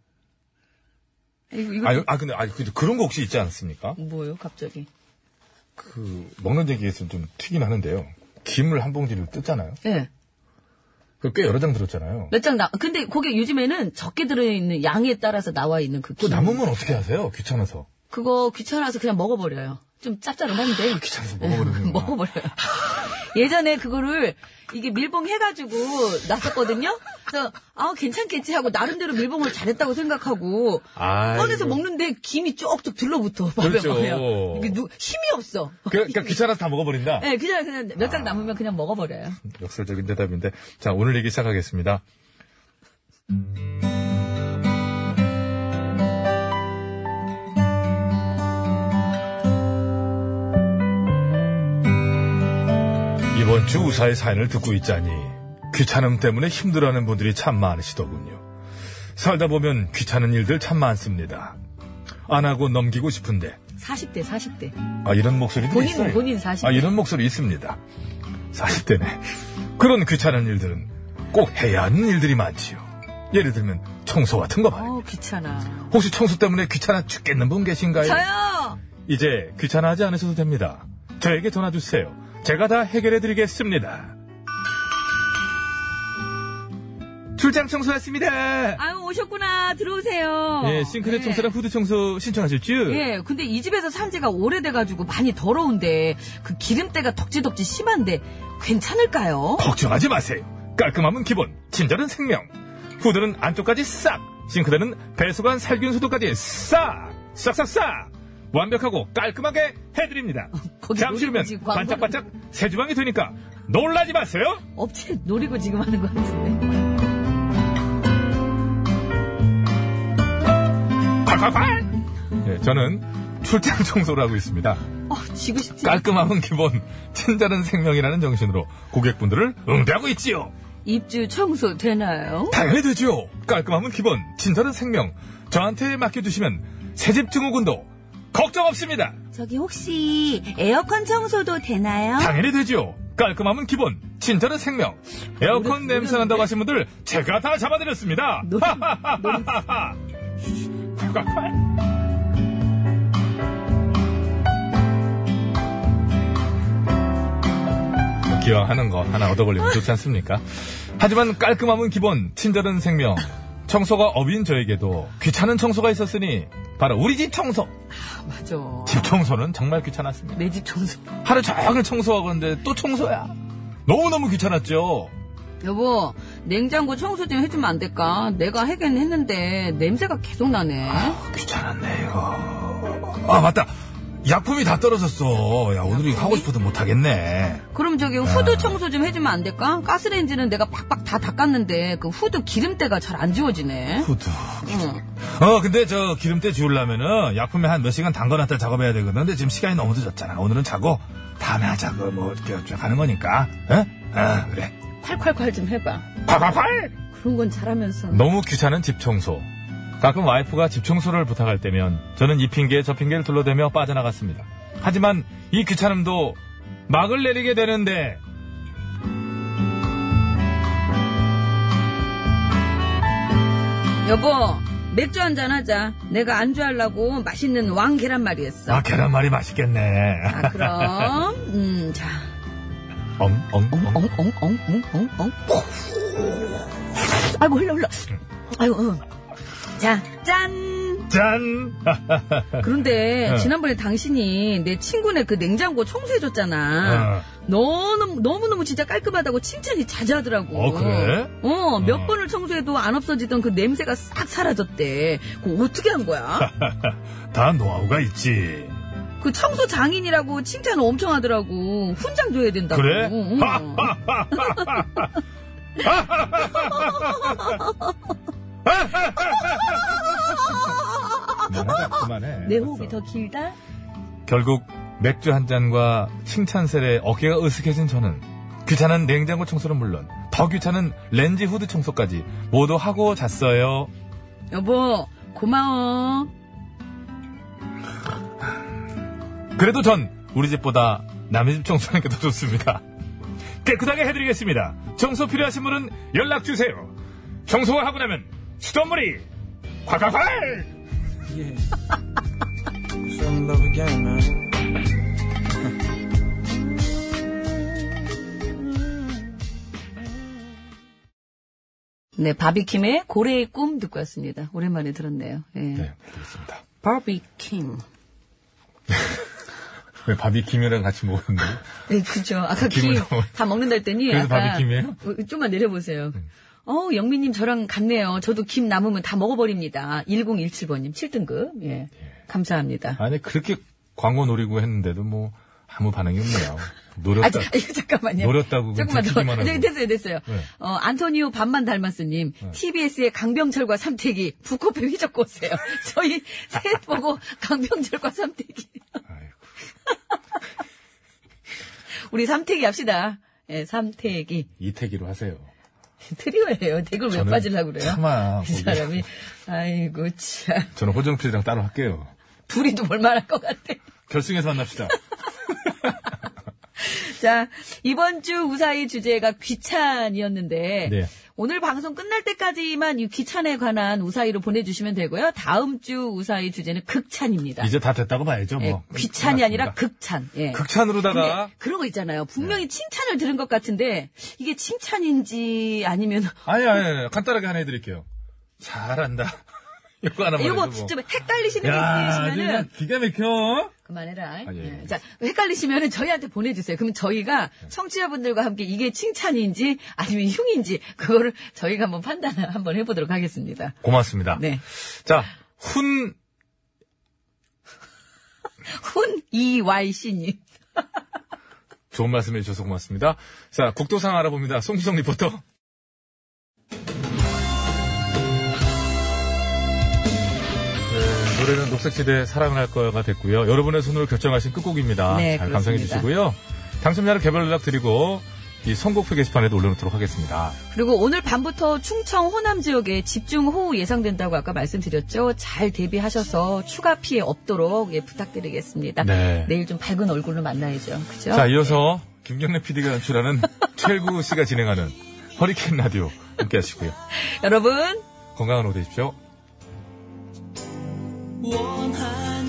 B: 이거, 이거
C: 아, 여- 아, 근데, 아, 근데 그런 거 혹시 있지 않습니까?
B: 뭐예요, 갑자기?
C: 그, 먹는 얘기에서 좀 튀긴 하는데요. 김을 한 봉지를 뜯잖아요.
B: 예.
C: 그꽤 여러 장 들었잖아요.
B: 몇 장 나, 근데 거기 요즘에는 적게 들어있는 양에 따라서 나와 있는 그
C: 그
B: 기.
C: 남은 건 어떻게 하세요? 귀찮아서.
B: 그거 귀찮아서 그냥 먹어버려요. 좀 짭짤한데.
C: 귀찮아서 먹어버리는 거.
B: 먹어버려요. 예전에 그거를 이게 밀봉 해가지고 놨었거든요. 그래서 아 괜찮겠지 하고 나름대로 밀봉을 잘했다고 생각하고
C: 아이고.
B: 꺼내서 먹는데 김이 쪽쪽 들러붙어.
C: 그렇죠.
B: 먹으면. 이게 누- 힘이 없어.
C: 그, 그러니까 귀찮아서 다 먹어버린다?
B: 네, 그냥 그냥 몇
C: 아.
B: 장 남으면 그냥 먹어버려요.
C: 역설적인 대답인데. 자, 오늘 얘기 시작하겠습니다. 이번 주 우사의 사연을 듣고 있자니 귀찮음 때문에 힘들어하는 분들이 참 많으시더군요. 살다 보면 귀찮은 일들 참 많습니다. 안 하고 넘기고 싶은데
B: 40대, 40대.
C: 아 이런 목소리도
B: 본인,
C: 있어요.
B: 본인 40대.
C: 아 이런 목소리 있습니다. 40대네. 그런 귀찮은 일들은 꼭 해야 하는 일들이 많지요. 예를 들면 청소 같은 거 말이에요.
B: 어 귀찮아.
C: 혹시 청소 때문에 귀찮아 죽겠는 분 계신가요?
B: 저요!
C: 이제 귀찮아하지 않으셔도 됩니다. 저에게 전화 주세요. 제가 다 해결해 드리겠습니다. 출장 청소했습니다.
B: 아유, 오셨구나. 들어오세요.
C: 예, 싱크대
B: 네.
C: 청소랑 후드 청소 신청하셨죠?
B: 예, 근데 이 집에서 산 지가 오래돼가지고 많이 더러운데, 그 기름때가 덕지덕지 심한데, 괜찮을까요?
C: 걱정하지 마세요. 깔끔함은 기본, 친절은 생명. 후드는 안쪽까지 싹, 싱크대는 배수관 살균 소독까지 싹, 싹싹싹. 완벽하고 깔끔하게 해드립니다.
B: 어, 거기
C: 잠시 후면
B: 노리고지 광고를-
C: 반짝반짝 새 주방이 되니까 놀라지 마세요.
B: 업체 노리고 지금 하는 거 같은데.
C: 콸콸콸! 예, 저는 출장 청소를 하고 있습니다.
B: 어, 지고 싶지.
C: 깔끔함은 기본, 친절은 생명이라는 정신으로 고객분들을 응대하고 있지요.
B: 입주 청소 되나요?
C: 당연히 되죠. 깔끔함은 기본, 친절은 생명. 저한테 맡겨주시면 새집 증후군도 걱정 없습니다.
K: 저기 혹시 에어컨 청소도 되나요?
B: 어?
C: 당연히 되죠. 깔끔함은 기본, 친절은 생명. 에어컨 냄새 난다고 하신 분들 제가 다 잡아드렸습니다.
B: 노리, 노리.
C: 이유가 커요. 기왕 하는 거 하나 얻어걸리면 좋지 않습니까? 하지만 깔끔함은 기본, 친절은 생명. 청소가 업인 저에게도 귀찮은 청소가 있었으니 바로 우리 집 청소.
B: 맞아.
C: 집 청소는 정말 귀찮았습니다.
B: 내 집 청소.
C: 하루 종일 청소하고 있는데 또 청소야. 너무너무 귀찮았죠.
B: 여보, 냉장고 청소 좀 해주면 안 될까? 내가 하긴 했는데 냄새가 계속 나네.
C: 아. 귀찮았네 이거. 아 맞다. 약품이 다 떨어졌어. 야 오늘 이거 하고 싶어도 못 하겠네.
B: 그럼 저기 후드 청소 좀 해주면 안 될까? 가스레인지는 내가 팍팍 다 닦았는데 그 후드 기름때가 잘 안 지워지네.
C: 후드.
B: 응.
C: 어 근데 저 기름때 지우려면은 약품에 한 몇 시간 담가놨다 작업해야 되거든. 근데 지금 시간이 너무 늦었잖아. 오늘은 자고 다음에 하자. 그뭐 이렇게 쭉 하는 거니까. 어? 아 그래.
B: 콸콸콸 좀 해봐.
C: 콸콸콸.
B: 그런 건 잘하면서.
C: 너무 귀찮은 집 청소. 가끔 와이프가 집 청소를 부탁할 때면 저는 이 핑계 저 핑계를 둘러대며 빠져나갔습니다. 하지만 이 귀찮음도 막을 내리게 되는데
B: 여보, 맥주 한잔 하자. 내가 안주하려고 맛있는 왕 계란말이 했어.
C: 아 계란말이 맛있겠네.
B: 아, 그럼, 음, 자.
C: 엉엉엉.
B: 엉엉엉엉엉. 아이고, 흘러, 흘러. 아이고, 응. 자, 짠!
C: 짠. 네.
B: 그런데 지난번에 당신이 내 친구네 그 냉장고 청소해줬잖아.
C: 어.
B: 너무 너무 너무 진짜 깔끔하다고 칭찬이 자자하더라고.
C: 어, 그래?
B: 어, 몇
C: 어.
B: 번을 청소해도 안 없어지던 그 냄새가 싹 사라졌대. 그거 어떻게 한 거야?
C: 다 노하우가 있지.
B: 그 청소 장인이라고 칭찬을 엄청 하더라고. 훈장 줘야 된다고.
C: 그래?
B: 응, 응.
C: 그만하자, 그만해.
B: 내 호흡이 더 길다?
C: 결국 맥주 한 잔과 칭찬셀에 어깨가 으스해진 저는 귀찮은 냉장고 청소는 물론 더 귀찮은 렌즈 후드 청소까지 모두 하고 잤어요.
B: 여보, 고마워.
C: 그래도 전 우리 집보다 남의 집 청소하는 게 더 좋습니다. 깨끗하게 해드리겠습니다. 청소 필요하신 분은 연락 주세요. 청소가 하고 나면 수돗물이 콸콸콸!
E: Fell in love again, man.
B: 네, 바비킴의 고래의 꿈 듣고 왔습니다. 오랜만에 들었네요. 예.
C: 네, 그렇습니다.
B: 바비킴.
C: 왜 밥이 김이랑 같이 먹었는데?
B: 네, 그죠. 아까
C: 김을
B: 김
C: 너무-
B: 다 먹는다 했더니.
C: 그래서
B: 아까
C: 바비킴이에요? 네.
B: 어, 좀만 내려보세요. 어, 영민님 저랑 같네요. 저도 김 남으면 다 먹어버립니다. 1017번님, 7등급.
C: 네.
B: 예. 감사합니다.
C: 아니, 그렇게 광고 노리고 했는데도 뭐, 아무 반응이 없네요.
B: 아,
C: 노렸다.
B: 자, 이거 잠깐만요.
C: 노렸다고
B: 조금만 더.
C: 듣기만 하고.
B: 네, 됐어요, 됐어요.
C: 네.
B: 어, 안토니오 반만 닮았으님, TBS의 강병철과 삼태기, 북코페 휘젓고 오세요. 저희 셋 보고 강병철과 삼태기.
C: 아이고.
B: 우리 삼태기 합시다. 예, 삼태기.
C: 이태기로 하세요.
B: 트리오예요. 댁을 왜
C: 저는
B: 빠지려고 그래요?
C: 차마
B: 이
C: 거기-
B: 사람이. 아이고, 참.
C: 저는 호정필이랑 따로 할게요.
B: 둘이 좀 볼만할 것 같아.
C: 결승에서 만납시다.
B: 자, 이번 주 우사의 주제가 귀찮이었는데,
C: 네.
B: 오늘 방송 끝날 때까지만 이 귀찮에 관한 우사의로 보내주시면 되고요. 다음 주 우사의 주제는 극찬입니다.
C: 이제 다 됐다고 봐야죠,
B: 예,
C: 뭐.
B: 네. 귀찬이 아니라
C: 끝났습니다.
B: 극찬. 예.
C: 극찬으로다가 네.
B: 근데 그런 거 있잖아요. 분명히 칭찬을 들은 것 같은데, 이게 칭찬인지 아니면,
C: 아니, 아니, 아니, 간단하게 하나 해드릴게요. 잘한다. 이거 하나만
B: 이거
C: 해도 뭐.
B: 좀 헷갈리시는 게
C: 야,
B: 있으시면은,
C: 그냥 기가 막혀.
B: 그만해라.
C: 아, 예, 예.
B: 자, 헷갈리시면은 저희한테 보내주세요. 그럼 저희가 청취자분들과 함께 이게 칭찬인지 아니면 흉인지 그거를 저희가 한번 판단을 한번 해보도록 하겠습니다.
C: 고맙습니다.
B: 네.
C: 자, 훈,
B: 훈 EYC님.
C: 좋은 말씀 해주셔서 고맙습니다. 자, 국도상 알아봅니다. 송수성 리포터. 네, 노래는 녹색지대 사랑을 할 거가 됐고요. 여러분의 손으로 결정하신 끝곡입니다.
B: 네,
C: 잘
B: 그렇습니다.
C: 감상해 주시고요. 당첨자를 개별 연락 드리고 이 선곡표 게시판에도 올려놓도록 하겠습니다.
B: 그리고 오늘 밤부터 충청 호남 지역에 집중호우 예상된다고 아까 말씀드렸죠. 잘 대비하셔서 추가 피해 없도록 예, 부탁드리겠습니다.
C: 네.
B: 내일 좀 밝은 얼굴로 만나야죠. 그죠?
C: 자, 이어서 김경래 PD가 연출하는 최일구 씨가 진행하는 허리케인 라디오 함께 하시고요.
B: 여러분
C: 건강한 오후 되십시오.
F: 원하